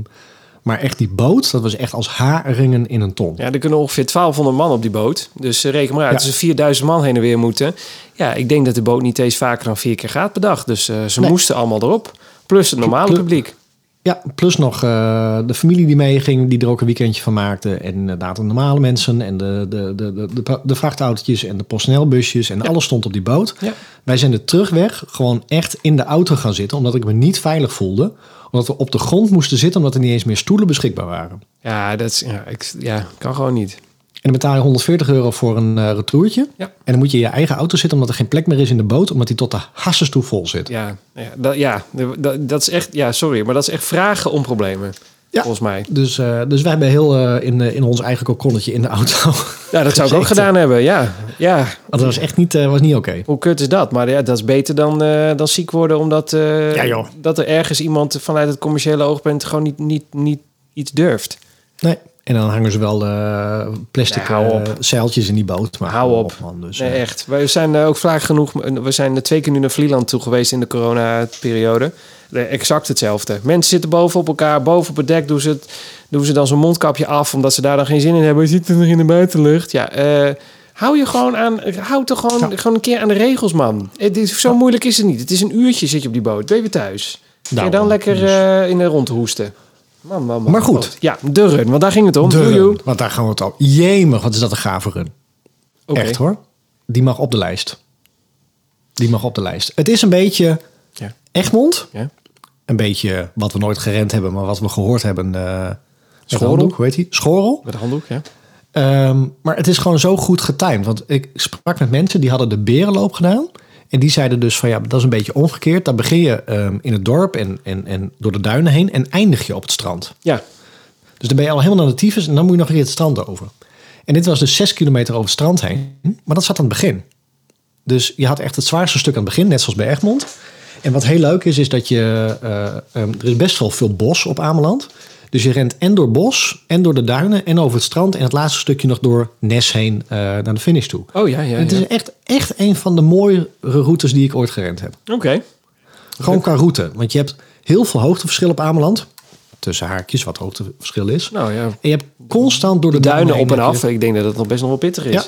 maar echt die boot, dat was echt als haringen in een ton.
ja, er kunnen ongeveer 1200 man op die boot. Dus eh, reken maar uit.
Ja.
Als er 4000 man heen en weer moeten. Ja, ik denk dat de boot niet eens vaker dan vier keer gaat per dag. Dus eh, ze
Nee.
moesten allemaal erop. Plus het normale
Pl-
publiek.
Ja, plus nog eh, de familie die meeging, die er ook een weekendje van maakte. En inderdaad de normale mensen en de, de, de, de, de, de vrachtautootjes en de personeelbusjes. En alles stond op die boot.
Ja.
Wij zijn de terugweg gewoon echt in de auto gaan zitten, omdat ik me niet veilig voelde. Omdat we op de grond moesten zitten, omdat er niet eens meer stoelen beschikbaar waren.
Ja, dat is, ja, ik, ja, kan gewoon niet.
En dan betaal je 140 euro voor een eh, retourtje.
Ja.
En dan moet je in je eigen auto zitten, omdat er geen plek meer is in de boot. Omdat die tot de hassens toe vol zit.
Ja, ja, dat, ja dat, dat is echt... Ja, sorry. Maar dat is echt vragen om problemen.
Ja.
Volgens mij.
Dus, eh, dus wij hebben heel eh, in, eh, in ons eigen kokonnetje in de auto.
Ja, dat zou ik ook
Gezeten.
gedaan hebben. Ja, ja.
dat was echt niet, eh, was niet oké.
Hoe kut is dat? Maar ja, dat is beter dan, eh, dan ziek worden omdat eh,
Ja, joh.
dat er ergens iemand vanuit het commerciële oogpunt gewoon niet, niet, niet iets durft.
Nee. En dan hangen ze wel eh, plastic
Nee, hou
eh,
op.
zeiltjes in die boot. Maar
Hou op.
man. Dus,
Nee,
eh,
echt. We zijn eh, ook vaak genoeg. We zijn eh, twee keer nu naar Vlieland toe geweest in de coronaperiode. Eh, Exact hetzelfde. Mensen zitten boven op elkaar, boven op het dek doen ze, het, doen ze dan zo'n mondkapje af, omdat ze daar dan geen zin in hebben. Je zit er nog in de buitenlucht. Ja, eh, hou je gewoon aan. Hou toch gewoon,
Ja.
gewoon een keer aan de regels, man. Het is, zo moeilijk is het niet. Het is een uurtje zit je op die boot. Ben je weer thuis. Ga je dan
Daarom.
lekker
Dus-
eh, in de rond hoesten. Man, man, man.
Maar goed.
Oh, Ja, de run, want daar ging het om.
de
Joe, joe.
run. Want daar gaan we het al. Jemig, wat is dat een gave run.
Oké.
Echt hoor. Die mag op de lijst. Die mag op de lijst. Het is een beetje
Ja.
Egmond.
Ja.
Een beetje wat we nooit gerend hebben, maar wat we gehoord hebben. eh
Schorrel.
Schorel. Hoe heet die? Schorel.
Met een handdoek, ja.
Ehm, maar het is gewoon zo goed getimed. Want ik sprak met mensen die hadden de berenloop gedaan. En die zeiden dus van ja, dat is een beetje omgekeerd. Dan begin je ehm, in het dorp en, en, en door de duinen heen en eindig je op het strand.
Ja,
Dus dan ben je al helemaal naar de tyfus en dan moet je nog weer het strand over. En dit was dus zes kilometer over het strand heen. Maar dat zat aan het begin. Dus je had echt het zwaarste stuk aan het begin, net zoals bij Egmond. En wat heel leuk is, is dat je... eh, ehm, er is best wel veel bos op Ameland. Dus je rent en door bos, en door de duinen, en over het strand. En het laatste stukje nog door Nes heen eh, naar de finish toe.
Oh ja, ja.
En het
ja.
is echt, echt een van de mooiere routes die ik ooit gerend heb.
Oké.
Gewoon qua route. Want je hebt heel veel hoogteverschil op Ameland. Tussen haakjes, wat hoogteverschil is.
Nou ja.
En je hebt constant door de
Duinen
heen
op en
heb je-
af. Ik denk dat het nog best nog wel pittig is.
Ja.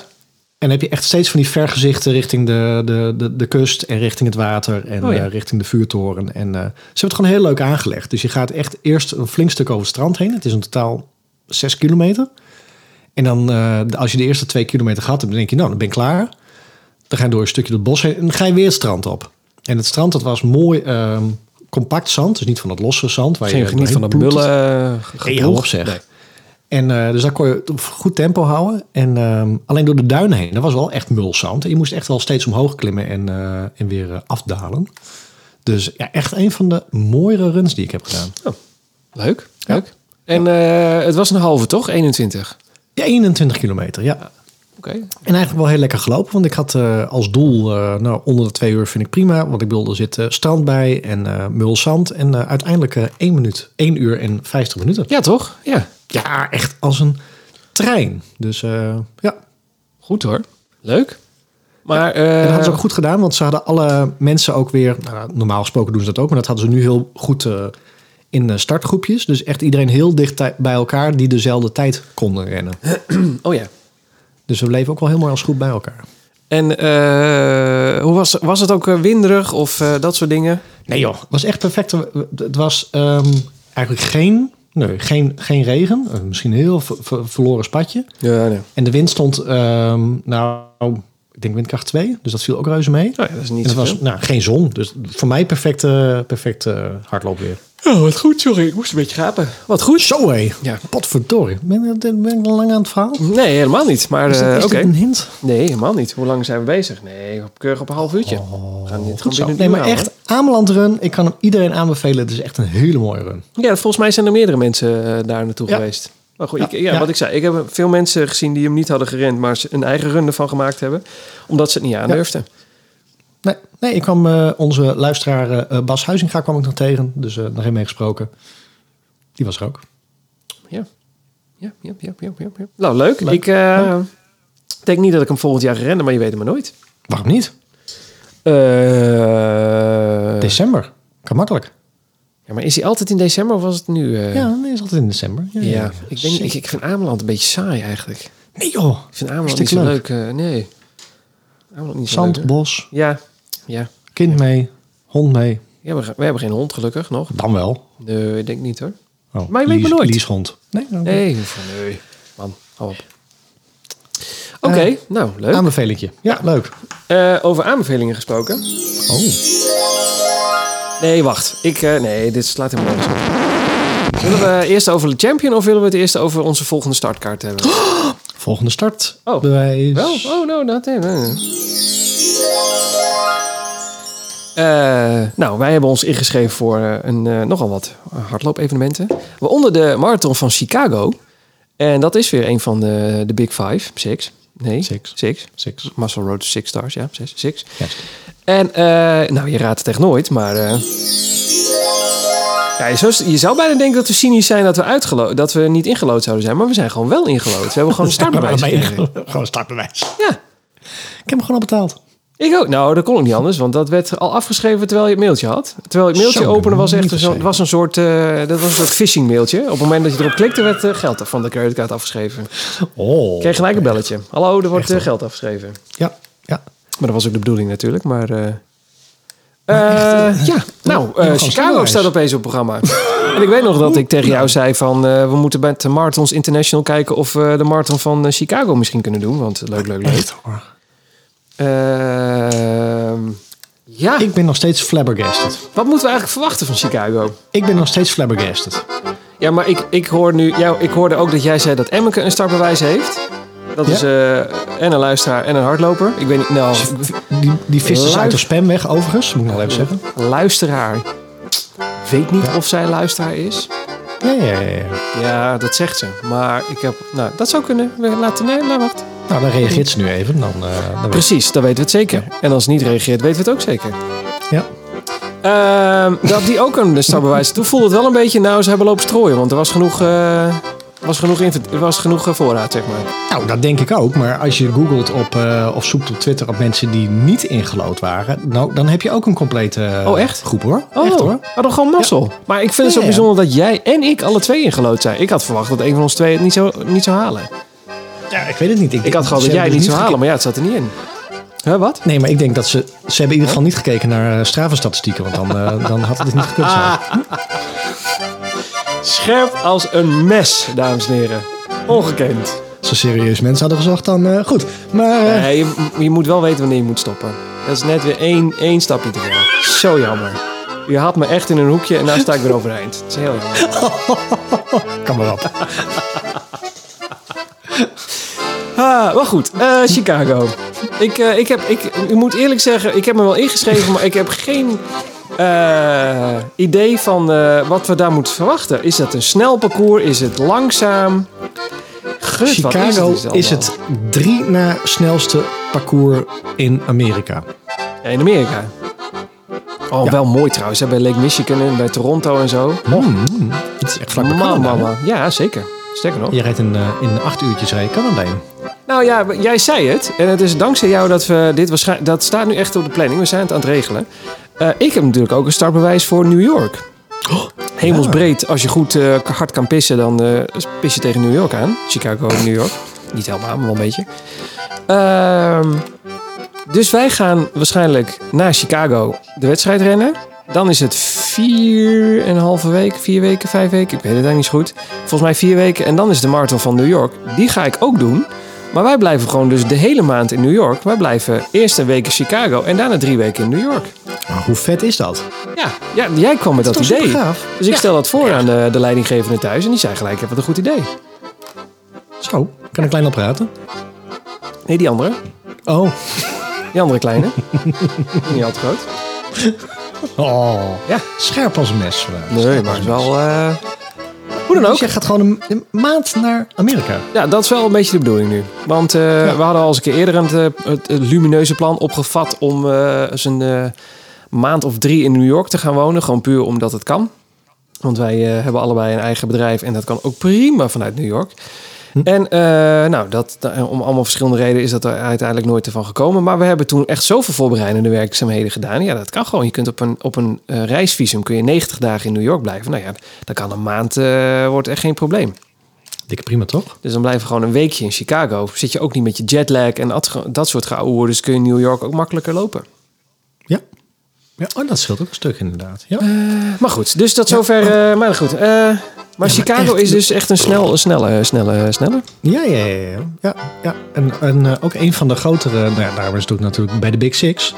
En dan heb je echt steeds van die vergezichten richting de, de, de, de kust en richting het water en
Oh ja.
eh, richting de vuurtoren. En eh, ze hebben het gewoon heel leuk aangelegd. Dus je gaat echt eerst een flink stuk over het strand heen. Het is in totaal zes kilometer. En dan, eh, als je de eerste twee kilometer gehad hebt, dan denk je, nou, dan ben ik klaar. Dan ga je door een stukje het bos heen en dan ga je weer het strand op. En het strand, dat was mooi ehm, compact zand. Dus niet van dat losse zand. Waar
Geen
je
geniet van
doorheen
de eh,
ploetert.
mullen.
Nee, hou op zeg. En eh, dus daar kon je op goed tempo houden. En ehm, alleen door de duinen heen, dat was wel echt mulzand. En je moest echt wel steeds omhoog klimmen en, eh, en weer eh, afdalen. Dus ja, echt een van de mooiere runs die ik heb gedaan.
Oh, Leuk. Leuk. En eh, het was een halve, toch? 21.
Ja, 21 kilometer, ja.
Oké.
En eigenlijk wel heel lekker gelopen, want ik had eh, als doel, eh, nou onder de twee uur vind ik prima. Want ik bedoel, er zit eh, strand bij en eh mulzand. En eh, uiteindelijk eh 1 minuut, 1 uur en 50 minuten.
Ja, toch? Ja.
Ja, echt als een trein. Dus eh, ja,
Goed hoor. Leuk. Maar
En dat
eh,
hadden ze ook goed gedaan, want ze hadden alle mensen ook weer. Nou, normaal gesproken doen ze dat ook, maar dat hadden ze nu heel goed eh, in eh, startgroepjes. Dus echt iedereen heel dicht tij- bij elkaar die dezelfde tijd konden rennen.
oh ja.
Dus we bleven ook wel heel mooi als groep bij elkaar.
En eh, hoe was, was het ook eh, winderig of eh, dat soort dingen?
Nee joh, het was echt perfect. Het was ehm, eigenlijk geen, nee, geen, geen regen. Eh, Misschien een heel ver- ver- verloren spatje.
Ja, nee.
En de wind stond, ehm, nou, ik denk windkracht 2. Dus dat viel ook reuze mee.
Oh ja, dat is
En
niet
het
zo
was nou, geen zon, dus voor mij perfect, eh, perfect eh, hardloopweer.
Oh, wat goed. Sorry, ik moest een beetje gapen. Wat goed.
Zo hé.
Ja.
Potverdorie. Ben, ben ik al lang aan het verhaal?
Nee, helemaal niet. Maar
Is, dat,
eh,
is
oké.
dit een hint?
Nee, helemaal niet. Hoe lang zijn we bezig? Nee, op keurig op een half uurtje. we gaan dit
Oh. Goed
gewoon
zo.
binnen
Nee, maar
echt.
echt Ameland Run. Ik kan hem iedereen aanbevelen. Het is echt een hele mooie run.
Ja, volgens mij zijn er meerdere mensen eh, daar naartoe
Ja.
geweest. Maar goed,
Ja,
ik, ja,
ja.
wat ik zei. Ik heb veel mensen gezien die hem niet hadden gerend, maar ze een eigen run ervan gemaakt hebben. Omdat ze het niet aandurfden.
Nee, nee ik kwam eh, onze luisteraar eh, Bas Huizinga kwam ik nog tegen. Dus eh nog even mee gesproken. Die was er ook.
Ja. Ja, ja, ja, ja, ja, ja. Nou, leuk. Ik eh, denk niet dat ik hem volgend jaar ga rennen, maar je weet het maar nooit.
Waarom niet?
Eh,
December. Kan makkelijk.
ja, maar is hij altijd in december of was het nu? eh?
ja, nee, is altijd in december. Ja,
Ja,
ja, ja.
Ik, denk, ik, ik vind Ameland een beetje saai eigenlijk.
Nee joh.
Ik vind Ameland niet
Hartstikke
zo
leuk.
leuk. eh, nee. Ameland niet zo
Zand,
leuk, hè?
bos,
Ja, ja.
kind mee, hond mee.
We hebben, ge- we hebben geen hond gelukkig nog.
Dan wel.
Nee, ik denk niet hoor.
Oh,
Maar je weet maar
Lies-
nooit.
Lies hond. Nee, nou,
Nee, van, nee. Man, hou op.
Eh,
Oké, nou leuk.
Aanbevelingje. Ja, leuk.
Eh, over aanbevelingen gesproken.
Oh.
Nee, wacht. Ik, eh, nee, dit slaat helemaal nergens op. Willen we eerst over de champion of willen we het eerst over onze volgende startkaart hebben?
Volgende start.
Oh.
Bewijs.
Wel? Oh, no, dat nou, wij hebben ons ingeschreven voor eh, een, eh, nogal wat hardloop-evenementen. Waaronder de Marathon van Chicago. En dat is weer een van de, de Big Five. Six. Nee,
Six.
Six.
Six.
Muscle Road to Six Stars, ja. Zes, six.
Juist.
En, eh, nou, je raadt het echt nooit, maar... eh, ja, je, zou, je zou bijna denken dat we cynisch zijn dat we, uitgelo- dat we niet ingelood zouden zijn. Maar we zijn gewoon wel ingelood. We hebben gewoon een startbewijs gekregen.
Gewoon startbewijs.
Ja,
Ik heb hem gewoon al betaald.
ik ook. Nou, dat kon ik niet anders, want dat werd al afgeschreven terwijl je het mailtje had. Terwijl je het mailtje
Zo,
openen was echt
niet
zo,
zeker.
was een soort, eh, dat was een soort phishing mailtje. Op het moment dat je erop klikte, werd eh, geld van de creditcard afgeschreven. Ik
Oh.
kreeg gelijk een belletje. Hallo, er wordt eh, geld afgeschreven.
Ja, ja.
Maar dat was ook de bedoeling natuurlijk, maar... eh, eh, ja, nou, eh,
gewoon
Chicago
standaard.
staat opeens op het programma. en ik weet nog dat ik tegen jou zei van... eh, we moeten bij de Marathons International kijken of we de Marathon van eh, Chicago misschien kunnen doen. Want leuk, leuk, leuk.
Echt hoor.
Ehm, ja,
Ik ben nog steeds flabbergasted.
wat moeten we eigenlijk verwachten van Chicago?
Ik ben nog steeds flabbergasted.
Ja, maar ik, ik hoor nu... Ja, ik hoorde ook dat jij zei dat Emmeke een startbewijs heeft. Dat
Ja.
is eh, en een luisteraar en een hardloper. Ik weet niet... Nou,
Die, die vist is
Luif.
uit de spam weg, overigens. Moet ik nog even zeggen.
luisteraar. Weet niet of zij luisteraar is.
Ja, ja, ja. ja.
Ja, dat zegt ze. Maar ik heb... Nou, dat zou kunnen. We laten... Nee, laat wacht.
Nou, dan reageert ze nu even. Dan, eh, dan weet-
Precies, dan weten we het zeker. En als ze niet reageert, weten we het ook zeker.
Ja.
Ehm, dat die ook een stapbewijs... Toen voelde het wel een beetje... Nou, ze hebben lopen strooien. Want er was genoeg... eh, was genoeg, invent- er was genoeg eh, voorraad, zeg maar.
Nou, dat denk ik ook. Maar als je googelt op, eh, of zoekt op Twitter op mensen die niet ingelood waren, nou, dan heb je ook een complete eh,
Oh, echt?
groep hoor.
Oh,
echt hoor.
hadden we gewoon mazzel. Maar ik vind het zo
Ja, ja.
bijzonder dat jij en ik alle twee ingelood zijn. Ik had verwacht dat een van ons twee het niet zou, niet zou halen.
Ja, ik weet het niet.
Ik had gehoopt
ze
dat jij het
hebben
niet
dus
zou halen, maar ja, het zat er niet in. Huh, wat?
Nee, maar ik denk dat ze... Ze hebben in ieder geval niet gekeken naar eh, Strava-statistieken, want dan, eh, dan had het niet gekund zijn.
Ah. Scherp als een mes, dames en heren. Ongekend.
Als ze serieus mensen hadden gezocht, dan eh, goed. Maar eh,
Nee, je, je moet wel weten wanneer je moet stoppen. Dat is net weer één, één stapje te ver. Zo jammer. Je had me echt in een hoekje en daar sta ik weer overeind. Het is heel jammer.
kan maar op.
Ah, maar goed, eh, Chicago. Ik, eh, ik, heb, ik, ik moet eerlijk zeggen, ik heb me wel ingeschreven, maar ik heb geen eh, idee van eh, wat we daar moeten verwachten. Is dat een snel parcours? Is het langzaam? Gut, wat is het,
Chicago
dus
is,
allemaal?
het drie na snelste parcours in Amerika.
Ja, in Amerika. Oh,
Ja.
wel mooi trouwens. Hè? Bij Lake Michigan en bij Toronto en zo.
Hmm, het is echt vlak bij
Mama,
Canada. hè?
mama. Ja, zeker. Sterker nog.
Je rijdt in, eh, in acht uurtjes rijden Canada in.
Nou ja, jij zei het. En het is dankzij jou dat we dit waarschijnlijk... Dat staat nu echt op de planning. We zijn het aan het regelen. Eh, ik heb natuurlijk ook een startbewijs voor New York. Hemelsbreed. Als je goed eh, hard kan pissen, dan eh, pis je tegen New York aan. Chicago, New York. Niet helemaal, maar wel een beetje. Ehm, dus wij gaan waarschijnlijk naar Chicago de wedstrijd rennen. Dan is het vier en een halve week, vier weken, vijf weken. Ik weet het eigenlijk niet zo goed. Volgens mij vier weken. En dan is de Marathon van New York. Die ga ik ook doen. Maar wij blijven gewoon dus de hele maand in New York. Wij blijven eerst een week in Chicago en daarna drie weken in New York.
Maar hoe vet is dat?
Ja, ja jij kwam met dat,
is toch
idee.
supergaaf?
Dus ik stel dat voor aan de, de leidinggevende thuis. En die zei gelijk, "Ja, wat een goed idee.
Zo, kan ik klein op praten?
Nee, die andere.
Oh.
Die andere kleine. Niet al te groot.
oh.
Ja.
Scherp als een mes. vandaag.
Nee,
Scherp als
maar
een
het is wel... eh,
Hoe dan ook. Dus jij gaat gewoon een, een maand naar Amerika.
Ja, dat is wel een beetje de bedoeling nu. Want eh, we hadden al eens een keer eerder het, eh, het, het lumineuze plan opgevat om eh, eens een eh, maand of drie in New York te gaan wonen. Gewoon puur omdat het kan. Want wij eh, hebben allebei een eigen bedrijf en dat kan ook prima vanuit New York. En eh, nou, dat, eh, om allemaal verschillende redenen is dat er uiteindelijk nooit ervan gekomen. Maar we hebben toen echt zoveel voorbereidende werkzaamheden gedaan. Ja, dat kan gewoon. Je kunt op een, op een eh, reisvisum kun je 90 dagen in New York blijven. Nou ja, dat kan een maand, eh, wordt echt geen probleem.
Dikke prima, toch?
Dus dan blijf je gewoon een weekje in Chicago. Zit je ook niet met je jetlag en dat, dat soort geouwe Dus kun je in New York ook makkelijker lopen.
Ja. ja. Oh, dat scheelt ook een stuk inderdaad. Eh, Ja.
Maar goed, dus tot zover. eh, maar goed. eh, maar Chicago
echt-
is dus echt een, snel, een snelle, eh, snelle, snelle.
Ja, ja, ja. ja. ja, ja. En, en eh, ook een van de grotere, nou, ja, daarom is het ook natuurlijk bij de Big Six,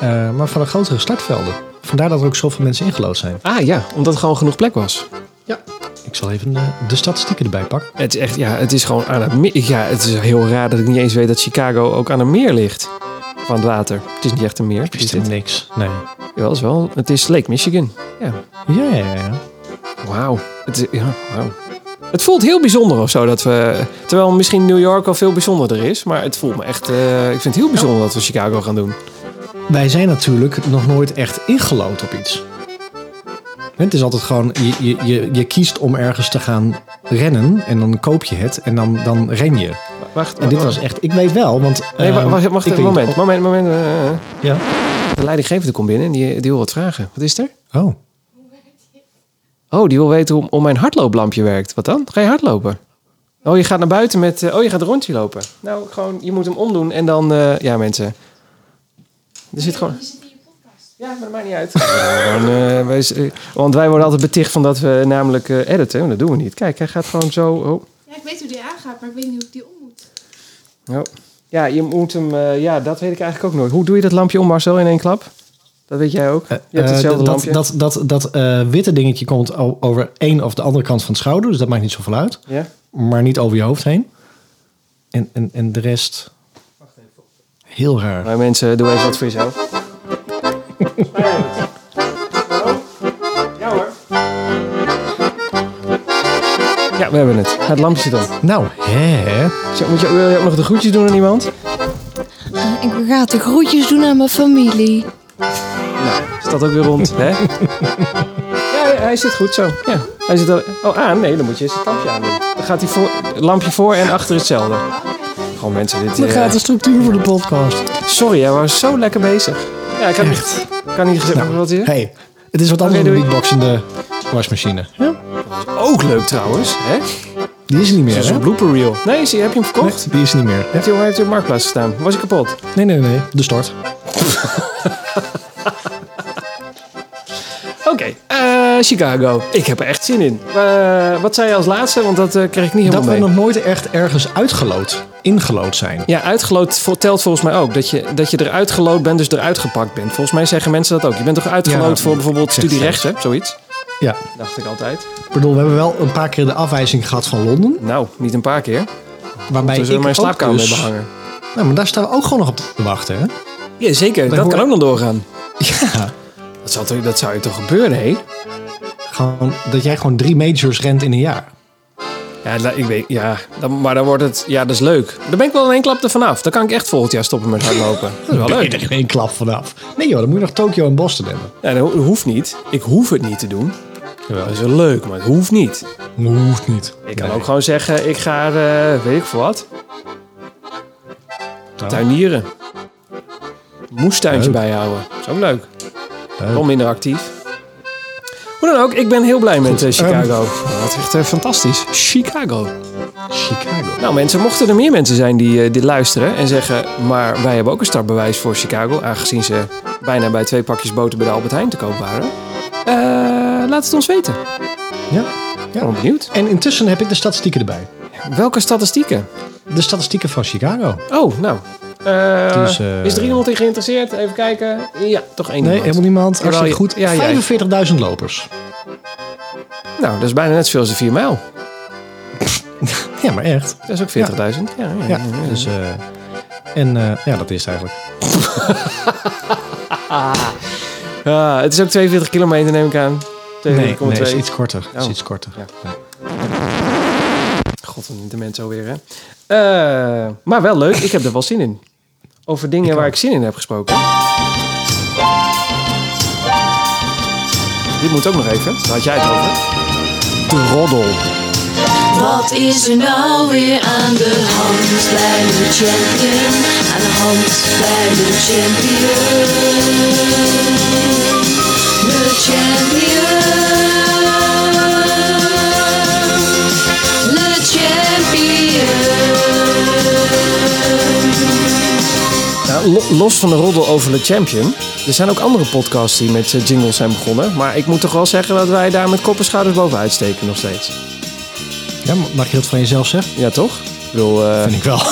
eh, maar van de grotere startvelden. Vandaar dat er ook zoveel mensen ingelood zijn.
Ah ja, omdat er gewoon genoeg plek was.
Ja. Ik zal even eh, de statistieken erbij pakken.
Het is echt, ja, het is gewoon aan het meer. Ja, het is heel raar dat ik niet eens weet dat Chicago ook aan een meer ligt. Van het water. Het is niet echt een meer.
Ik
Is
wist er
dit?
niks. Nee.
Jawel, het is wel. Het is Lake Michigan. Ja.
Ja, ja, ja, ja.
Wauw. Het, is- ja, wauw. het voelt heel bijzonder of zo dat we. Terwijl misschien New York al veel bijzonderder is. Maar het voelt me echt. eh, ik vind het heel bijzonder dat we Chicago gaan doen.
Wij zijn natuurlijk nog nooit echt ingelood op iets. Het is altijd gewoon, je, je, je, je kiest om ergens te gaan rennen en dan koop je het en dan, dan ren je.
Wacht.
En dit was echt, ik weet wel, want...
Nee,
eh,
wa- wacht, Ehm, wacht
ik
even.
weet-
Moment, moment, moment. eh, eh.
Ja.
de leidinggevende komt binnen en die, die wil wat vragen. Wat is er?
Oh,
Oh, die wil weten hoe, hoe mijn hardlooplampje werkt. Wat dan? Ga je hardlopen? Oh, je gaat naar buiten met. eh, oh, je gaat een rondje lopen. Nou, gewoon, je moet hem omdoen en dan. eh, ja, mensen. Er zit gewoon. Ja, maar dat maakt niet uit. Gewoon, eh, wij z- eh, want wij worden altijd beticht van dat we namelijk eh, editen. Maar dat doen we niet. Kijk, hij gaat gewoon zo. Oh.
Ja, ik weet hoe die aangaat, maar ik weet niet hoe ik die om moet.
Oh. Ja, je moet hem. eh, ja, dat weet ik eigenlijk ook nooit. Hoe doe je dat lampje om, Marcel, in één klap? Dat weet jij ook. Je hebt
Eh,
hetzelfde
dat,
lampje.
Dat, dat, dat eh, witte dingetje komt o- over één of de andere kant van het schouder, dus dat maakt niet zoveel uit.
Ja?
Maar niet over je hoofd heen. En, en, en de rest... Heel raar.
Maar mensen, doe even wat voor jezelf. Ja hoor. we hebben het. Het lampje zit aan.
Nou, hè.
Zo, moet je, wil je ook nog de groetjes doen aan iemand?
Ik ga de groetjes doen aan mijn familie.
Nou, Is dat ook weer rond, hè? Ja, hij- hij zit goed zo. Ja. Hij zit al... Oh, aan? Nee, dan moet je eens het lampje aan doen. Dan gaat hij voor... lampje voor en achter hetzelfde. Gewoon mensen, dit...
Dan
eh,
gaat de structuur voor de podcast.
Sorry, hij was zo lekker bezig. Ja, Nou. ik kan niet... Kan niet gezegd wat hij...
Hey, het is wat anders
Oké,
dan een
doei.
beatbox in de wasmachine.
Ook leuk trouwens, hè?
Die is er niet
Dat
meer,
is
hè?
een blooper reel. Nee, zie, heb je hem verkocht?
Nee, die is er niet meer.
Heeft hij heeft hij op Marktplaats gestaan? Was ik kapot?
Nee, nee, nee. De stort.
Oké, eh, Chicago. Ik heb er echt zin in. Eh, wat zei je als laatste? Want dat eh, kreeg ik niet
Dat
helemaal
we
mee.
nog nooit echt ergens uitgelood, ingelood zijn.
Ja, uitgeloot vo- telt volgens mij ook. Dat je, dat je eruit gelood bent, dus eruit gepakt bent. Volgens mij zeggen mensen dat ook. Je bent toch uitgeloot
Ja,
voor bijvoorbeeld
zegt
studie
ze.
rechts, hè? Zoiets.
Ja.
Dacht ik altijd.
Ik bedoel, we hebben wel een paar keer de afwijzing gehad van Londen.
Nou, niet een paar keer.
Waarbij
Toen
ik
zullen mijn
ook
slaapkamer
dus-
mee behangen.
Nou, maar daar staan we ook gewoon nog op te wachten, hè?
Ja, zeker. Dat
hoor-
kan ook nog doorgaan.
Ja.
Dat zou, toch- dat zou je toch gebeuren, hé?
Gewoon, dat jij gewoon drie majors rent in een jaar.
Ja, la- ik weet, ja dan, maar dan wordt het... Ja, dat is leuk. Daar ben ik wel in één klap er vanaf. Dan kan ik echt volgend jaar stoppen met hardlopen. Dat is wel leuk.
Ben je er geen klap vanaf. Nee joh, dan moet je nog Tokio en Boston hebben.
Ja, dat ho- hoeft niet. Ik hoef het niet te doen. Dat is wel leuk, maar het hoeft niet.
Hoeft niet.
Ik kan ook gewoon zeggen, ik ga, eh, weet ik voor wat, tuinieren. Moestuintje
Leuk.
bijhouden. Dat is ook leuk.
Leuk.
Wel minder actief. Hoe dan ook, ik ben heel blij met eh, Chicago.
Ehm,
dat is echt eh, fantastisch. Chicago.
Chicago.
Nou mensen, mochten er meer mensen zijn die eh, dit luisteren en zeggen... maar wij hebben ook een startbewijs voor Chicago... aangezien ze bijna bij twee pakjes boter bij de Albert Heijn te koop waren... Eh, laat het ons weten.
Ja.
Ik ben wel benieuwd.
En intussen heb ik de statistieken erbij.
Welke statistieken?
De statistieken van Chicago.
Oh, nou. Eh,
Dus, eh,
is er iemand in geïnteresseerd? Even kijken. Ja, toch één
Nee,
iemand.
helemaal niemand. Hartstikke goed.
ja, jij.
45.000 lopers.
Nou, dat is bijna net zoveel als de 4 mijl.
Ja, maar echt.
Dat is ook 40.000. Ja. Ja,
Ja, dus... eh, en eh, ja, dat is het eigenlijk.
Ah, het is ook 42 kilometer, neem ik aan. 42,2.
Nee, nee, het is iets korter. Het is
Oh.
iets korter.
Ja. God, wat de mensen alweer, hè? Eh, maar wel leuk. Ik heb er wel zin in. Over dingen waar ik zin in heb gesproken. Dit moet ook nog even. Daar had jij het over. De roddel.
Wat is er nou weer aan de hand bij de champion? Aan de hand bij de champion. De champion. Le champion.
Nou, lo- los van de roddel over de Champion. Er zijn ook andere podcasts die met eh, jingles zijn begonnen. Maar ik moet toch wel zeggen dat wij daar met kop en schouders bovenuit steken nog steeds.
Ja, maar mag je dat van jezelf zeggen?
Ja, toch? Ik bedoel, eh,
Vind ik wel. ik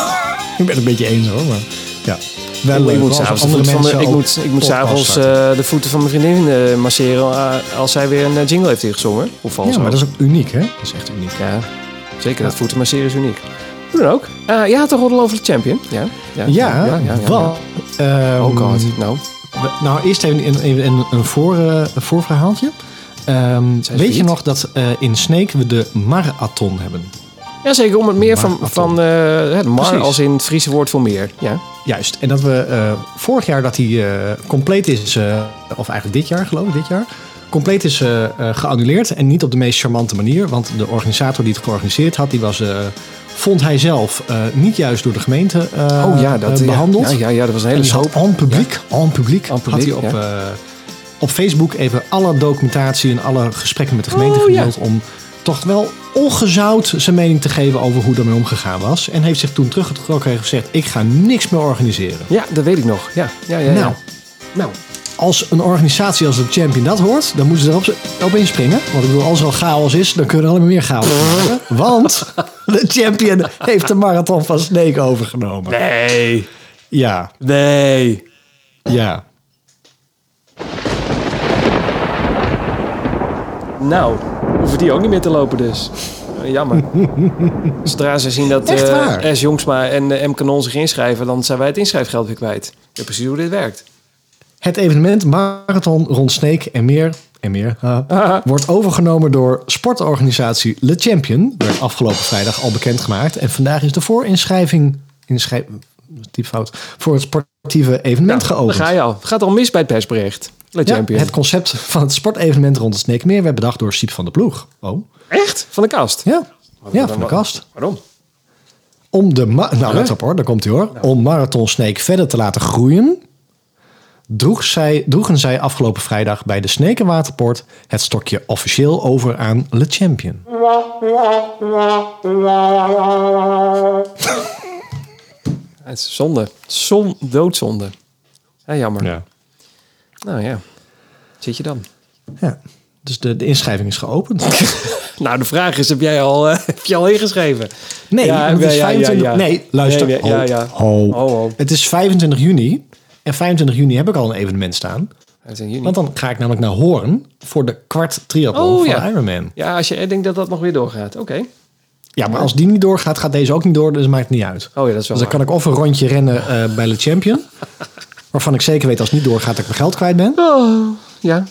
ben het een beetje eens hoor, maar... Ja. Wel
ik,
leuk,
moet
als
s'avonds de,
andere
voeten van
mensen
de- ik
ook
moet, ik moet
podcasts
s'avonds
starten.
eh, de voeten van mijn vriendin eh, masseren eh, als zij weer een eh, jingle heeft ingezongen. Of vals
Ja, maar
ook.
dat is ook uniek, hè? Dat is echt uniek.
Ja, zeker. Dat voeten masseren is uniek. Hoe dan ook. Eh je had de roddel over de Champion. Ja, ja,
Ja, want... ehm,
Oh god, nou.
we- Nou, eerst even, een- even een, een, voor, eh, een voorverhaaltje. Ehm,
Zijn ze
weet je
niet?
nog dat eh, in Snake we de marathon hebben?
Jazeker, om het meer van,
Marathon.
van eh, het mar
Precies.
als in het Friese woord voor meer. Ja.
Juist. En dat we eh, vorig jaar dat hij eh, compleet is, eh, of eigenlijk dit jaar geloof ik, dit jaar, compleet is eh, eh, geannuleerd. En niet op de meest charmante manier, want de organisator die het georganiseerd had, die was, eh, vond hij zelf eh, niet juist door de gemeente eh,
Oh ja, dat
eh, behandeld.
Ja, ja, ja, dat was een
En
hele
die
hoop.
had aan publiek, aan publiek,
Aan publiek,
had hij op, eh, op Facebook even alle documentatie en alle gesprekken met de gemeente
Oh, ja.
gedeeld om toch wel ongezout zijn mening te geven over hoe daarmee omgegaan was. En heeft zich toen teruggetrokken en gezegd, ik ga niks meer organiseren.
Ja, dat weet ik nog. Ja, ja, ja. ja.
Nou, nou, als een organisatie als de Champion dat hoort, dan moeten ze erop op inspringen. Want ik bedoel, als er al chaos is, dan kunnen er alleen maar meer chaos worden. Want de Champion heeft de marathon van Snake overgenomen.
Nee,
Ja,
nee.
ja.
Nou, hoeven die ook niet meer te lopen dus. Eh, Jammer. Zodra ze zien dat
Echt
eh,
waar?
S. Jongsma en eh, M. Kanon zich inschrijven, dan zijn wij het inschrijfgeld weer kwijt. Ja, precies hoe dit werkt.
Het evenement Marathon rond Sneek en meer en meer, haha, wordt overgenomen door sportorganisatie Le Champion. Werd afgelopen vrijdag al bekendgemaakt. En vandaag is de voorinschrijving inschrijf, typfout, voor het sportieve evenement
Daar
geopend.
ga je al. Gaat al mis bij het persbericht. Le
Ja,
Champion.
het concept van het sportevenement rond het Sneekmeer werd bedacht door Siep van der Ploeg. Oh.
Echt? Van de kast?
Ja, ja van de kast.
Waarom?
Om de ma- nou, let op hoor, daar komt hij hoor.
Nou.
Om Marathon Snake verder te laten groeien, droeg zij, droegen zij afgelopen vrijdag bij de Snekenwaterpoort het stokje officieel over aan Le Champion.
Ja, het is zonde. Zon, doodzonde. Ja, jammer. Nou ja, zit je dan?
Ja. Dus de, de inschrijving is geopend.
Nou, de vraag is, heb jij al, eh, heb je al ingeschreven?
Nee,
Ja,
want het is
ja, ja,
25
ja.
Nee, luister.
Nee, nee, ja, ja. Oh,
Ho, ho.
Ho, ho.
Het is 25 juni. En 25 juni heb ik al een evenement staan.
Dat is in juni.
Want dan ga ik namelijk naar Hoorn voor de kwart triathlon
Oh,
van
ja.
Ironman.
Ja, als je denkt dat dat nog weer doorgaat. Oké.
Ja, maar als die niet doorgaat, gaat deze ook niet door. Dus het maakt niet uit.
Oh ja, dat is wel
Dus dan kan ik of een rondje rennen eh, bij Le Champion. waarvan ik zeker weet als het niet doorgaat dat ik mijn geld kwijt ben. Oh,
Ja.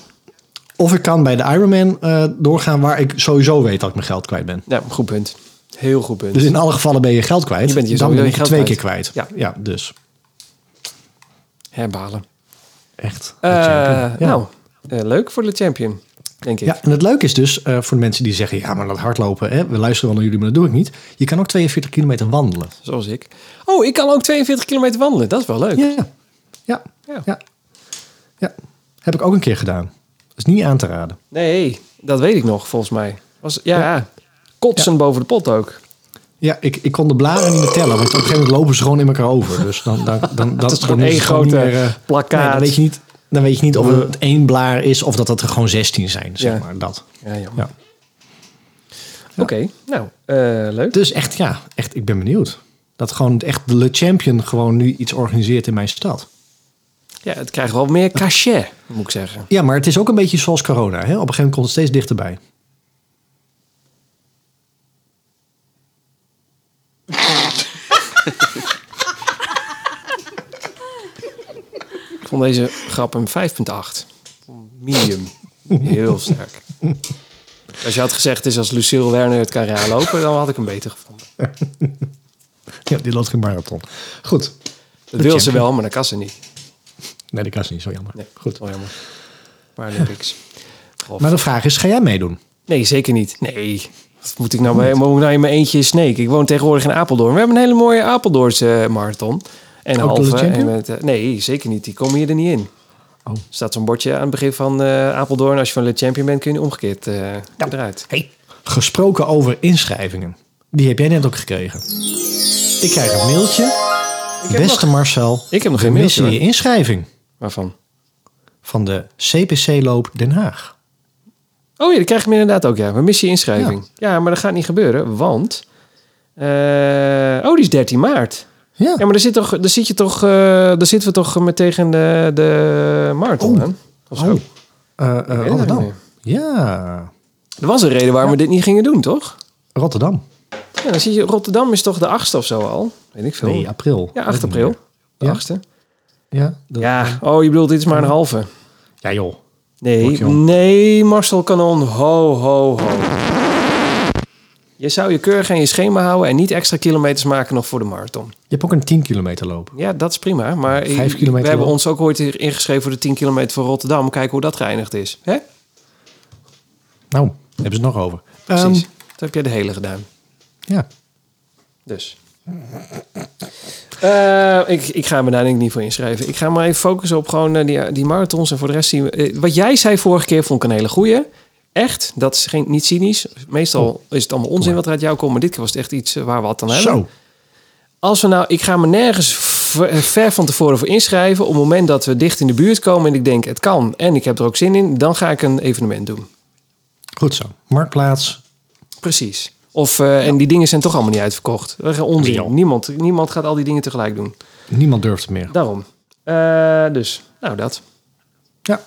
Of ik kan bij de Ironman eh, doorgaan waar ik sowieso weet dat ik mijn geld kwijt ben.
ja, goed punt. Heel goed punt.
Dus in alle gevallen ben je geld kwijt.
Je bent je
dan
sowieso
ben
je
ik
geld
twee
kwijt.
keer kwijt.
Ja.
ja, dus
Herbalen.
echt. Le
Eh,
Champion. ja.
Nou, eh, leuk voor de champion, denk ik.
Ja, en het leuke is dus eh, voor de mensen die zeggen: ja, maar dat hardlopen, hè, we luisteren wel naar jullie, maar dat doe ik niet. Je kan ook 42 kilometer wandelen.
Zoals ik. Oh, ik kan ook 42 kilometer wandelen. Dat is wel leuk.
Ja. Ja.
Ja.
ja. ja. Heb ik ook een keer gedaan. Dat is niet aan te raden.
Nee, dat weet ik nog, volgens mij. Was, ja, kotsen boven de pot ook.
Ja, ik, ik kon de bladeren niet meer tellen, want op een gegeven moment lopen ze gewoon in elkaar over. Dus dan, dan, dan, dan,
Dat is gewoon
dan
één
het gewoon
grote
niet meer, eh,
plakkaat.
nee, dan weet je niet, dan weet je niet of het één blaar is of dat het er gewoon 16 zijn, zeg
Ja.
maar. Dat.
Ja, jammer.
Ja.
Oké, nou, eh, leuk.
Dus echt, ja, echt, ik ben benieuwd. Dat gewoon echt de Le Champion gewoon nu iets organiseert in mijn stad.
Ja, het krijgt wel meer cachet, moet ik zeggen.
Ja, maar het is ook een beetje zoals corona. Hè? Op een gegeven moment komt het steeds dichterbij.
Ik vond deze grap een 5,8. Medium. Heel sterk. Als je had gezegd, het is als Lucille Werner het kan raar lopen, dan had ik hem beter gevonden.
Ja, die loopt geen marathon. Goed.
Dat wil ze wel, maar dat kan ze niet.
Nee, die kan ze niet, zo jammer.
Nee,
Goed.
Wel jammer. Paralympics.
Maar de vraag is, ga jij meedoen?
Nee, zeker niet. Nee. Wat moet ik nou, bij, moet ik nou in mijn eentje in Sneek? Ik woon tegenwoordig in Apeldoorn. We hebben een hele mooie Apeldoornse eh, marathon. En
Ook door de
halve. En
Champion?
met, eh, nee, zeker niet. Die komen hier er niet in.
Oh.
Er staat zo'n bordje aan het begin van eh, Apeldoorn. Als je van Le Champion bent, kun je omgekeerd eh eruit.
Hey. Gesproken over inschrijvingen. Die heb jij net ook gekregen. Ik krijg een mailtje. Beste Marcel,
Ik heb nog
we
geen mailtje.
missen je
hoor.
inschrijving
Waarvan?
van de CPC-loop Den Haag.
Oh ja, dat krijg ik inderdaad ook, ja. We missen je inschrijving. Ja, maar dat gaat niet gebeuren, want... eh, oh, die is 13 maart.
Ja.
Ja, maar daar, zit toch, daar, zit je toch, eh, daar zitten we toch met tegen de, de marathon
Oh.
aan? Of zo.
Oh. Eh, eh,
weet het niet
Rotterdam.
meer.
Ja,
Er was een reden waarom we dit niet gingen doen, toch?
Rotterdam.
Ja, dan zie je, Rotterdam is toch de achtste of zo al? Weet ik veel.
Nee, april.
ja,
Weet
8
ik niet
april.
meer.
De
Ja.
achtste.
Ja, dat-
Ja, oh, je bedoelt, dit is maar een halve.
ja, joh. Wordt
Nee,
jong.
nee, Marcel Kanon. Ho, ho, ho. Je zou je keurig aan je schema houden en niet extra kilometers maken nog voor de marathon.
Je hebt ook een 10 kilometer loop.
Ja, dat is prima. Maar
Vijf kilometer
we hebben
wel.
ons ook ooit hier ingeschreven voor de 10 kilometer van Rotterdam. Kijken hoe dat geëindigd is. Hè?
Nou, daar hebben ze het nog over.
Precies.
Ehm,
Dat heb jij de hele gedaan.
ja.
Dus. Eh, ik, ik ga me daar denk ik niet voor inschrijven. Ik ga maar even focussen op gewoon eh, die, die marathons en voor de rest zien we... eh, wat jij zei vorige keer vond ik een hele goeie. Echt, dat is geen, niet cynisch. Meestal is het allemaal onzin wat er uit jou komt. Maar dit keer was het echt iets eh, waar we wat aan hebben.
Zo.
Als we nou, ik ga me nergens ver, ver van tevoren voor inschrijven. Op het moment dat we dicht in de buurt komen en ik denk het kan en ik heb er ook zin in, dan ga ik een evenement doen.
Goed zo. Marktplaats.
Precies. Of, eh, En die dingen zijn toch allemaal niet uitverkocht. Dat is onzin.
Nee, joh.
niemand, niemand gaat al die dingen tegelijk doen.
Niemand durft het meer.
Daarom. Eh, dus, nou dat.
Ja.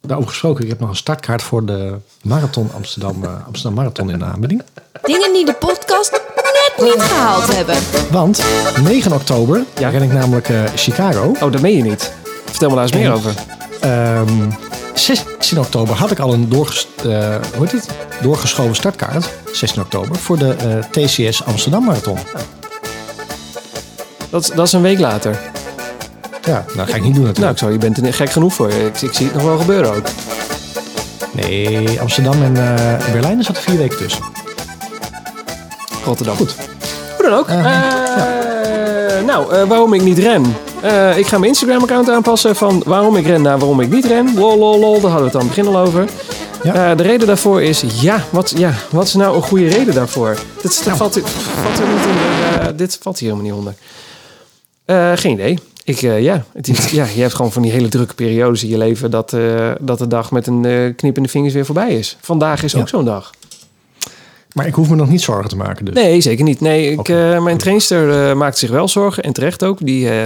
Daarover gesproken, ik heb nog een startkaart voor de marathon Amsterdam, eh, Amsterdam Marathon in de aanbieding.
Dingen die de podcast net niet gehaald hebben.
Want 9 oktober ja. ren ik namelijk eh, Chicago.
Oh, dat meen je niet. Vertel me daar eens meer over.
Ehm, 16 oktober had ik al een doorges- eh, hoe heet het? doorgeschoven startkaart. 16 oktober voor de eh, TCS Amsterdam Marathon.
Dat, is- dat is een week later.
Ja, nou ga ik niet doen natuurlijk.
Nou, ik zou, je bent er niet gek genoeg voor. Ik, ik zie het nog wel gebeuren ook.
Nou, Nee, Amsterdam en eh Berlijn er zaten vier weken tussen.
Rotterdam.
Goed.
Hoe dan ook. Eh, Nou, eh, waarom ik niet ren. Eh, ik ga mijn Instagram-account aanpassen van waarom ik ren naar waarom ik niet ren. Lol, lol, lol. Daar hadden we het aan het begin al over.
Ja.
Eh, de reden daarvoor is, ja wat, ja, wat is nou een goede reden daarvoor? Dit
Nou.
is- valt, hier- valt er niet onder. eh, dit valt hier helemaal niet onder. Eh, geen idee. Ik, eh, ja, het is- ja, je hebt gewoon van die hele drukke periodes in je leven dat, eh, dat de dag met een eh, knip in de vingers weer voorbij is. Vandaag is
Ja.
ook zo'n dag.
Maar ik hoef me nog niet zorgen te maken dus.
Nee, zeker niet. Nee, ik,
Oké,
eh, mijn trainster eh, maakt zich wel zorgen. En terecht ook. Die, eh,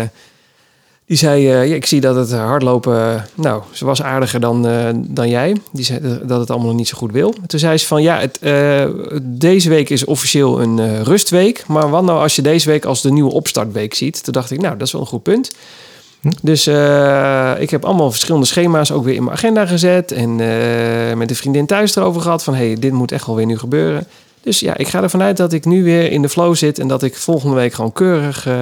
die zei, eh, ja, ik zie dat het hardlopen... eh, nou, ze was aardiger dan, eh, dan jij. Die zei dat- dat het allemaal nog niet zo goed wil. Toen zei ze van, ja, het, eh, deze week is officieel een eh, rustweek. Maar wat nou als je deze week als de nieuwe opstartweek ziet? Toen dacht ik, nou, dat is wel een goed punt.
Hm?
Dus eh, ik heb allemaal verschillende schema's ook weer in mijn agenda gezet. En eh, met een vriendin thuis erover gehad van... hey, dit moet echt wel weer nu gebeuren. Dus ja, ik ga ervan uit dat ik nu weer in de flow zit en dat ik volgende week gewoon keurig eh,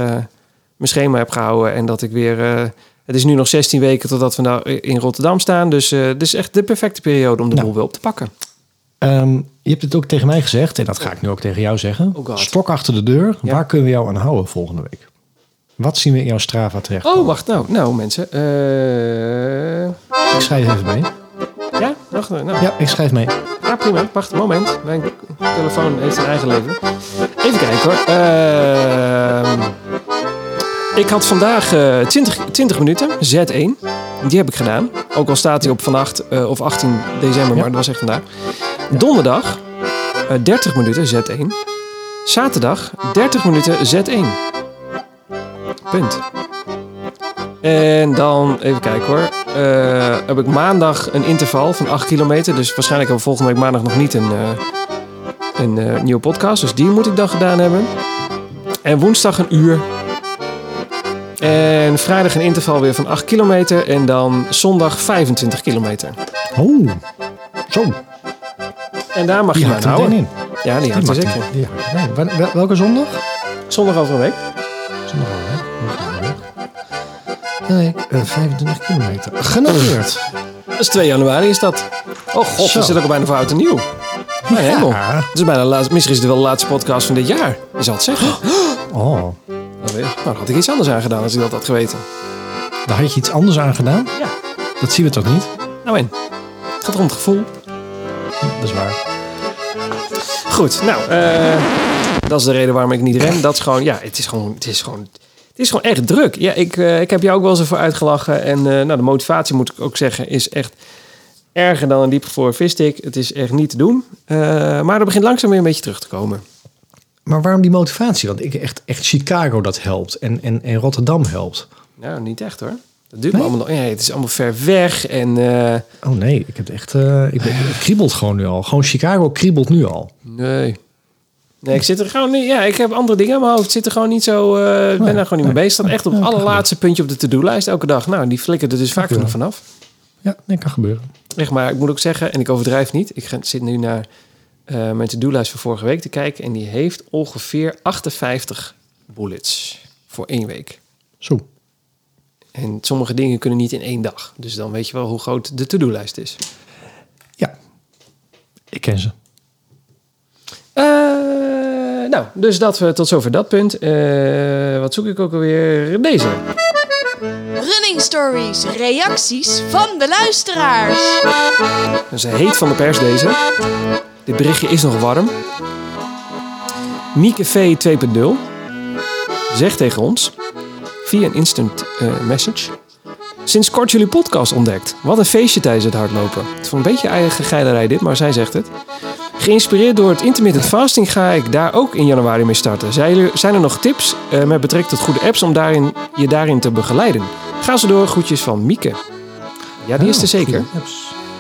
mijn schema heb gehouden. En dat ik weer. eh, het is nu nog 16 weken totdat we nou in Rotterdam staan. Dus eh, dit is echt de perfecte periode om de
Nou.
boel weer op te pakken.
Ehm, je hebt het ook tegen mij gezegd, en dat ga ik nu ook tegen jou zeggen.
Oh god.
Stok achter de deur,
Ja.
waar kunnen we jou aan houden volgende week? Wat zien we in jouw Strava terecht?
Oh, wacht nou. Nou, mensen. Eh,
Ik schrijf even mee.
ja, wacht. Nou,
Ja, ik schrijf mee.
Ah, prima. Wacht, moment. Mijn telefoon heeft een eigen leven. Even kijken hoor. Ehm, ik had vandaag eh 20, 20 minuten, Z1. Die heb ik gedaan. Ook al staat hij op vannacht eh, of 18 december,
Ja.
maar dat was echt vandaag. Donderdag eh, 30 minuten, Z1. Zaterdag 30 minuten, Z1. Punt. En dan, even kijken hoor. Eh, heb ik maandag een interval van 8 kilometer. Dus waarschijnlijk hebben we volgende week maandag nog niet een, eh, een eh, nieuwe podcast. Dus die moet ik dan gedaan hebben. En woensdag een uur. En vrijdag een interval weer van 8 kilometer. En dan zondag 25 kilometer.
Oh, zo.
En daar mag
Die
je
haakt
aan
er meteen
houden.
in.
Ja, die
Die
houdt er
maakt
zeker.
hem- die haakt er meteen in. Wel- wel- Welke zondag?
Zondag over een week.
Zondag wel, hè? Nee, eh, 25 kilometer. Genoteerd.
Dat is 2 januari is dat. Oh god,
Zo.
we zitten ook al bijna voor oud en nieuw. Ja. Hemel.
Ja.
Het is bijna de laatste, misschien is het wel de laatste podcast van dit jaar. Je zal het zeggen.
Oh,
Dat weet ik. Nou, dan had ik iets anders aan gedaan als ik dat had geweten.
daar had je iets anders aan gedaan?
Ja.
Dat zien we toch niet?
Nou en? Het gaat om het gevoel.
Dat is waar.
Goed, nou, eh, dat is de reden waarom ik niet ren. Dat is gewoon, ja, het is gewoon, het is gewoon, het is gewoon echt druk. Ja, ik, eh, ik heb jou ook wel eens ervoor uitgelachen. En eh, nou, de motivatie, moet ik ook zeggen, is echt erger dan een diepgevroren visstick. Het is echt niet te doen. Eh, maar er begint langzaam weer een beetje terug te komen.
Maar waarom die motivatie? Want ik echt, echt Chicago dat helpt en, en, en Rotterdam helpt.
Nou, niet echt hoor. Dat duurt me allemaal nog. Ja, het is allemaal ver weg. En eh,
Oh nee, ik heb echt. eh, ik ben, het kriebelt gewoon nu al. Gewoon Chicago kriebelt nu al.
nee. Nee, ik zit er gewoon niet. Ja, ik heb andere dingen in mijn hoofd. Ik zit er gewoon niet zo. eh, Ik ben daar gewoon niet mee bezig. Staat echt op het allerlaatste puntje op de to-do-lijst elke dag. Nou, die flikkert er dus vaak
Ja.
genoeg vanaf.
Ja, nee, kan gebeuren.
Echt, maar ik moet ook zeggen, en ik overdrijf niet. Ik ga- zit nu naar eh, mijn to-do-lijst van vorige week te kijken. En die heeft ongeveer 58 bullets voor één week.
Zo.
En sommige dingen kunnen niet in één dag. Dus dan weet je wel hoe groot de to-do-lijst is.
Ja, ik ken ze.
Eh, nou, dus dat, we tot zover dat punt. Eh, wat zoek ik ook alweer? Deze.
Running stories, reacties van de luisteraars.
Dat is heet van de pers deze. Dit berichtje is nog warm. Mieke V 2.0 zegt tegen ons via een instant eh, message. Sinds kort jullie podcast ontdekt. Wat een feestje tijdens het hardlopen. Het is voor een beetje eigen geilerij dit, maar zij zegt het. Geïnspireerd door het intermittent fasting ga ik daar ook in januari mee starten. Zijn er, zijn er nog tips eh, met betrekking tot goede apps om daarin, je daarin te begeleiden? Ga ze door, groetjes van Mieke. Ja, die is
Ah, Oh,
er zeker.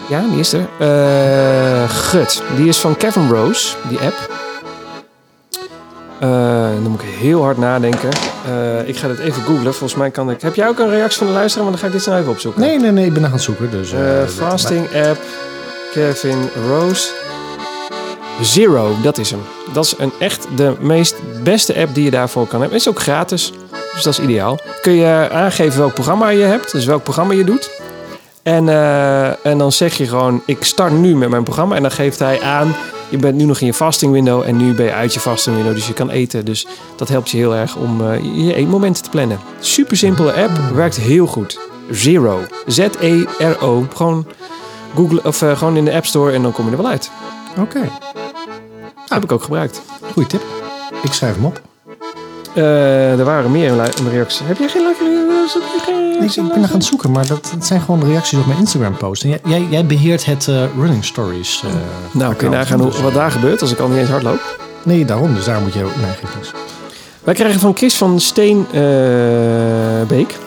Ja, die is er. Eh, gut, die is van Kevin Rose, die app. Eh, eh, dan moet ik heel hard nadenken. Eh, ik ga dit even googlen. Volgens mij kan ik... Heb jij ook een reactie van de luisteraar? Want dan ga ik dit snel even opzoeken.
Nee, nee, nee, ik ben aan het zoeken. Dus, eh,
Eh, fasting app, Kevin Rose. Zero, dat is hem. Dat is een echt de meest beste app die je daarvoor kan hebben. Is ook gratis, dus dat is ideaal. Kun je aangeven welk programma je hebt, dus welk programma je doet. En, eh, en dan zeg je gewoon, ik start nu met mijn programma. En dan geeft hij aan, je bent nu nog in je fasting window en nu ben je uit je fasting window. Dus je kan eten. Dus dat helpt je heel erg om eh, je eetmomenten te plannen. Super simpele app, werkt heel goed. Zero. Z-E-R-O. Gewoon, Google, of, eh, gewoon in de App Store en dan kom je er wel uit.
Oké, Ah.
Heb ik ook gebruikt.
goede tip. Ik schrijf hem op.
Eh, er waren meer lu- reacties. Heb jij geen
Ik, ik
luisteraars?
ben nog aan het zoeken, maar dat, dat zijn gewoon de reacties op mijn Instagram-post. En jij, jij, jij beheert het eh, Running Stories. eh,
Nou, kun je nagaan
dus-
hoe- wat daar gebeurt als ik al niet eens hardloop?
nee, daarom, dus daar moet je ook. Nee, geeft niks.
Wij krijgen van Chris van Steenbeek.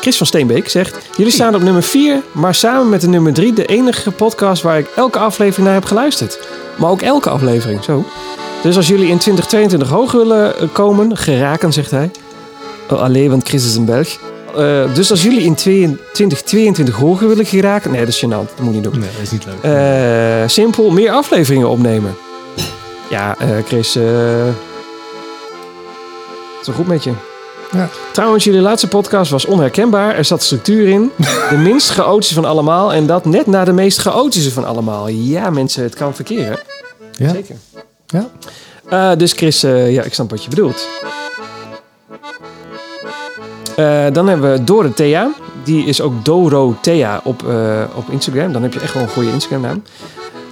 Chris van Steenbeek zegt: Jullie staan op nummer 4, maar samen met de nummer 3 de enige podcast waar ik elke aflevering naar heb geluisterd. Maar ook elke aflevering, zo. Dus als jullie in 2022 hoog willen eh, komen, geraken, zegt hij. Oh, alleen, want Chris is een Belg. Eh, dus als jullie in 2022 hoger willen geraken. Nee, dat is gênant. Dat moet je niet doen.
Nee, dat is niet leuk.
Eh, simpel meer afleveringen opnemen. Ja, eh, Chris. eh, Het is wel goed met je.
Ja.
Trouwens, jullie laatste podcast was onherkenbaar. Er zat structuur in. De minst chaotische van allemaal. En dat net na de meest chaotische van allemaal. Ja, mensen, het kan verkeren.
ja?
Zeker.
Ja.
Eh, dus Chris, eh, ja, ik snap wat je bedoelt. Eh, dan hebben we Dorothea. Die is ook Dorothea op, eh, op Instagram. Dan heb je echt wel een goede Instagram-naam.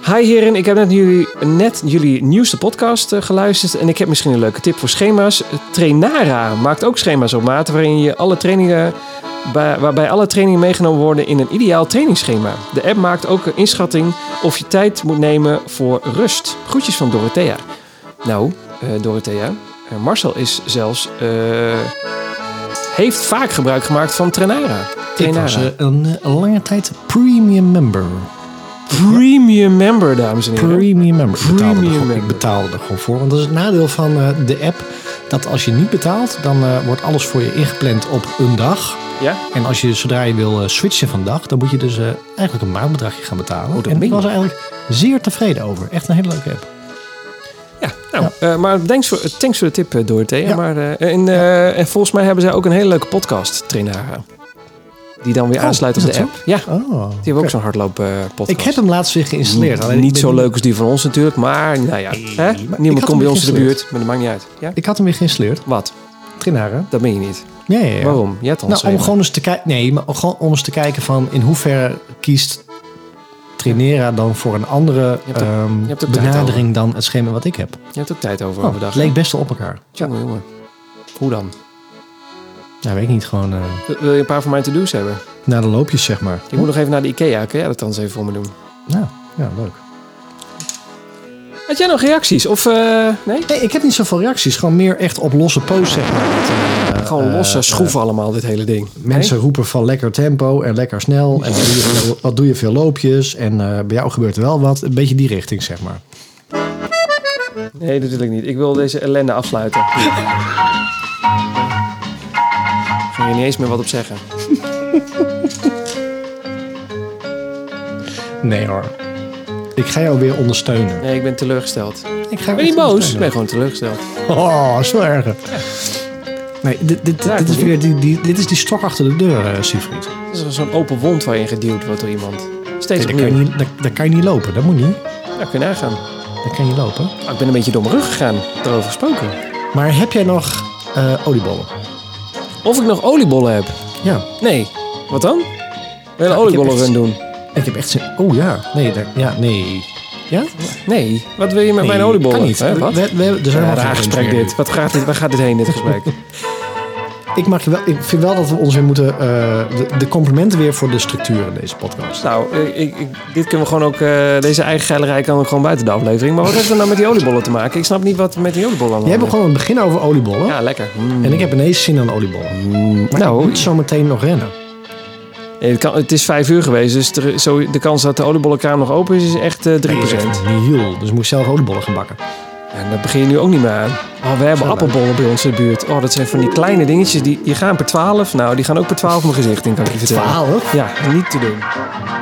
Hi heren, ik heb net jullie, net jullie nieuwste podcast eh, geluisterd. En ik heb misschien een leuke tip voor schema's. Trainara maakt ook schema's op maat. Waarin je alle trainingen, bij- waarbij alle trainingen meegenomen worden in een ideaal trainingsschema. De app maakt ook een inschatting of je tijd moet nemen voor rust. Groetjes van Dorothea. Nou, eh, Dorothea, eh, Marcel is zelfs. eh, heeft vaak gebruik gemaakt van Trainara.
Ik was eh, een, eh, lange tijd premium member.
premium member, dames en heren.
Premium member. Ik betaalde, er
Premium
gewoon, ik
member.
betaalde er gewoon voor. Want dat is het nadeel van eh, de app. Dat als je niet betaalt, dan eh, wordt alles voor je ingepland op een dag.
Ja?
En als je zodra je wil eh, switchen van dag, dan moet je dus eh, eigenlijk een maandbedragje gaan betalen.
Oh, dat
en ik
meen
was
je.
er eigenlijk zeer tevreden over. Echt een hele leuke app.
Ja, nou, eh, maar thanks voor, thanks voor de tip, eh, Dorothea.
Ja.
Maar, eh, en, eh, en volgens mij hebben zij ook een hele leuke podcast, Trainara. Die dan weer
Oh,
aansluit op
is
de
dat
app. Ja, die
Oh.
hebben ook zo'n eh, hardloop-podcast.
Ik heb hem laatst weer geïnstalleerd. alleen ik
Niet
ben
zo leuk als die van ons natuurlijk, maar nou ja. hè?
maar ik
Niemand
had hem
komt bij ons in de
geïnstalleerd.
buurt, maar dat maakt niet uit. Ja?
Ik had hem weer geïnstalleerd.
Wat?
Trinaren.
Dat meen je niet.
Ja, ja, ja.
Waarom? Jij had ons
Nou, om
helemaal.
gewoon eens te kijken. Nee, maar gewoon om eens te kijken van in hoeverre kiest Trinera dan voor een andere
hebt ook-
ehm,
je hebt ook tijd
benadering dan het schema wat ik heb.
Je hebt ook tijd over
Oh,
overdag.
het leek best wel op elkaar.
Jongen, jongen. Hoe dan?
Ja, weet ik niet. Gewoon eh,
Wil- Wil je een paar van mijn to-do's hebben?
naar de loopjes, zeg maar.
Ik moet nog even naar de Ikea. Kun jij dat dan eens even voor me doen?
Ja, ja leuk.
Had jij nog reacties? Of, eh, nee?
Nee, ik heb niet zoveel reacties. Gewoon meer echt op losse posts, zeg maar. Dat, eh,
Gewoon
eh,
losse schroeven allemaal, dit hele ding.
Mensen roepen van lekker tempo en lekker snel. En wat doe je veel, wat doe je veel loopjes? En eh, bij jou gebeurt er wel wat. Een beetje die richting, zeg maar.
Nee, dat wil ik niet. Ik wil deze ellende afsluiten. Ik ga hier niet eens meer wat op zeggen.
Nee hoor. Ik ga jou weer ondersteunen.
Nee, ik ben teleurgesteld.
Ik ga
Ik ben niet boos. Ik ben gewoon teleurgesteld.
Oh, zo erg. Nee, dit, dit,
Ja,
dit is
ik
weer die, die, dit is die stok achter de deur, eh, Siegfried.
Het is wel zo'n open wond waarin geduwd wordt door iemand. Steeds
Daar kan, je
opnieuw.
niet, daar, daar kan je niet lopen, dat moet niet.
Ja, kun je nagaan.
Daar kan je lopen.
Ah, ik ben een beetje door mijn rug gegaan. Daarover gesproken.
Maar heb jij nog eh, oliebollen?
Of ik nog oliebollen heb?
Ja.
Nee. Wat dan? We
heb
willen oliebollen
echt-
run doen.
Ik heb echt zin... Oh ja. Nee, daar, ja, nee. Ja?
Nee. Wat wil je met
Nee,
mijn oliebollen?
Kan niet.
Hè,
We-
wat?
We, we, er zijn
Ja,
wel
raar
geen
gesprek
meer.
dit. Wat gaat dit. Waar gaat dit heen, dit gesprek?
Ik, mag je wel, ik vind wel dat we ons weer moeten... eh, de, de complimenten weer voor de structuur in deze podcast.
Nou, ik, ik, ik- dit kunnen we gewoon ook. eh, deze eigen geilerij kan ook gewoon buiten de aflevering. Maar wat heeft het nou met die oliebollen te maken? Ik snap niet wat met die oliebollen allemaal.
Jij hebt gewoon een begin over oliebollen.
Ja, lekker. Mm.
En ik heb ineens zin aan oliebollen. Maar nou,
Nou,
ik moet zo meteen nog rennen.
eh, het, kan, het is vijf uur geweest, dus er- zo, de kans dat de oliebollenkraam nog open is, is echt eh 3%.
Nihil. Dus ik moet zelf oliebollen gaan bakken.
En daar begin je nu ook niet meer aan. Oh, we hebben appelbollen bij ons in de buurt. Oh, dat zijn van die kleine dingetjes. Die, die gaan per 12. Nou, die gaan ook per 12 mijn gezicht in, kan ik je vertellen.
12?
Ja, niet te doen.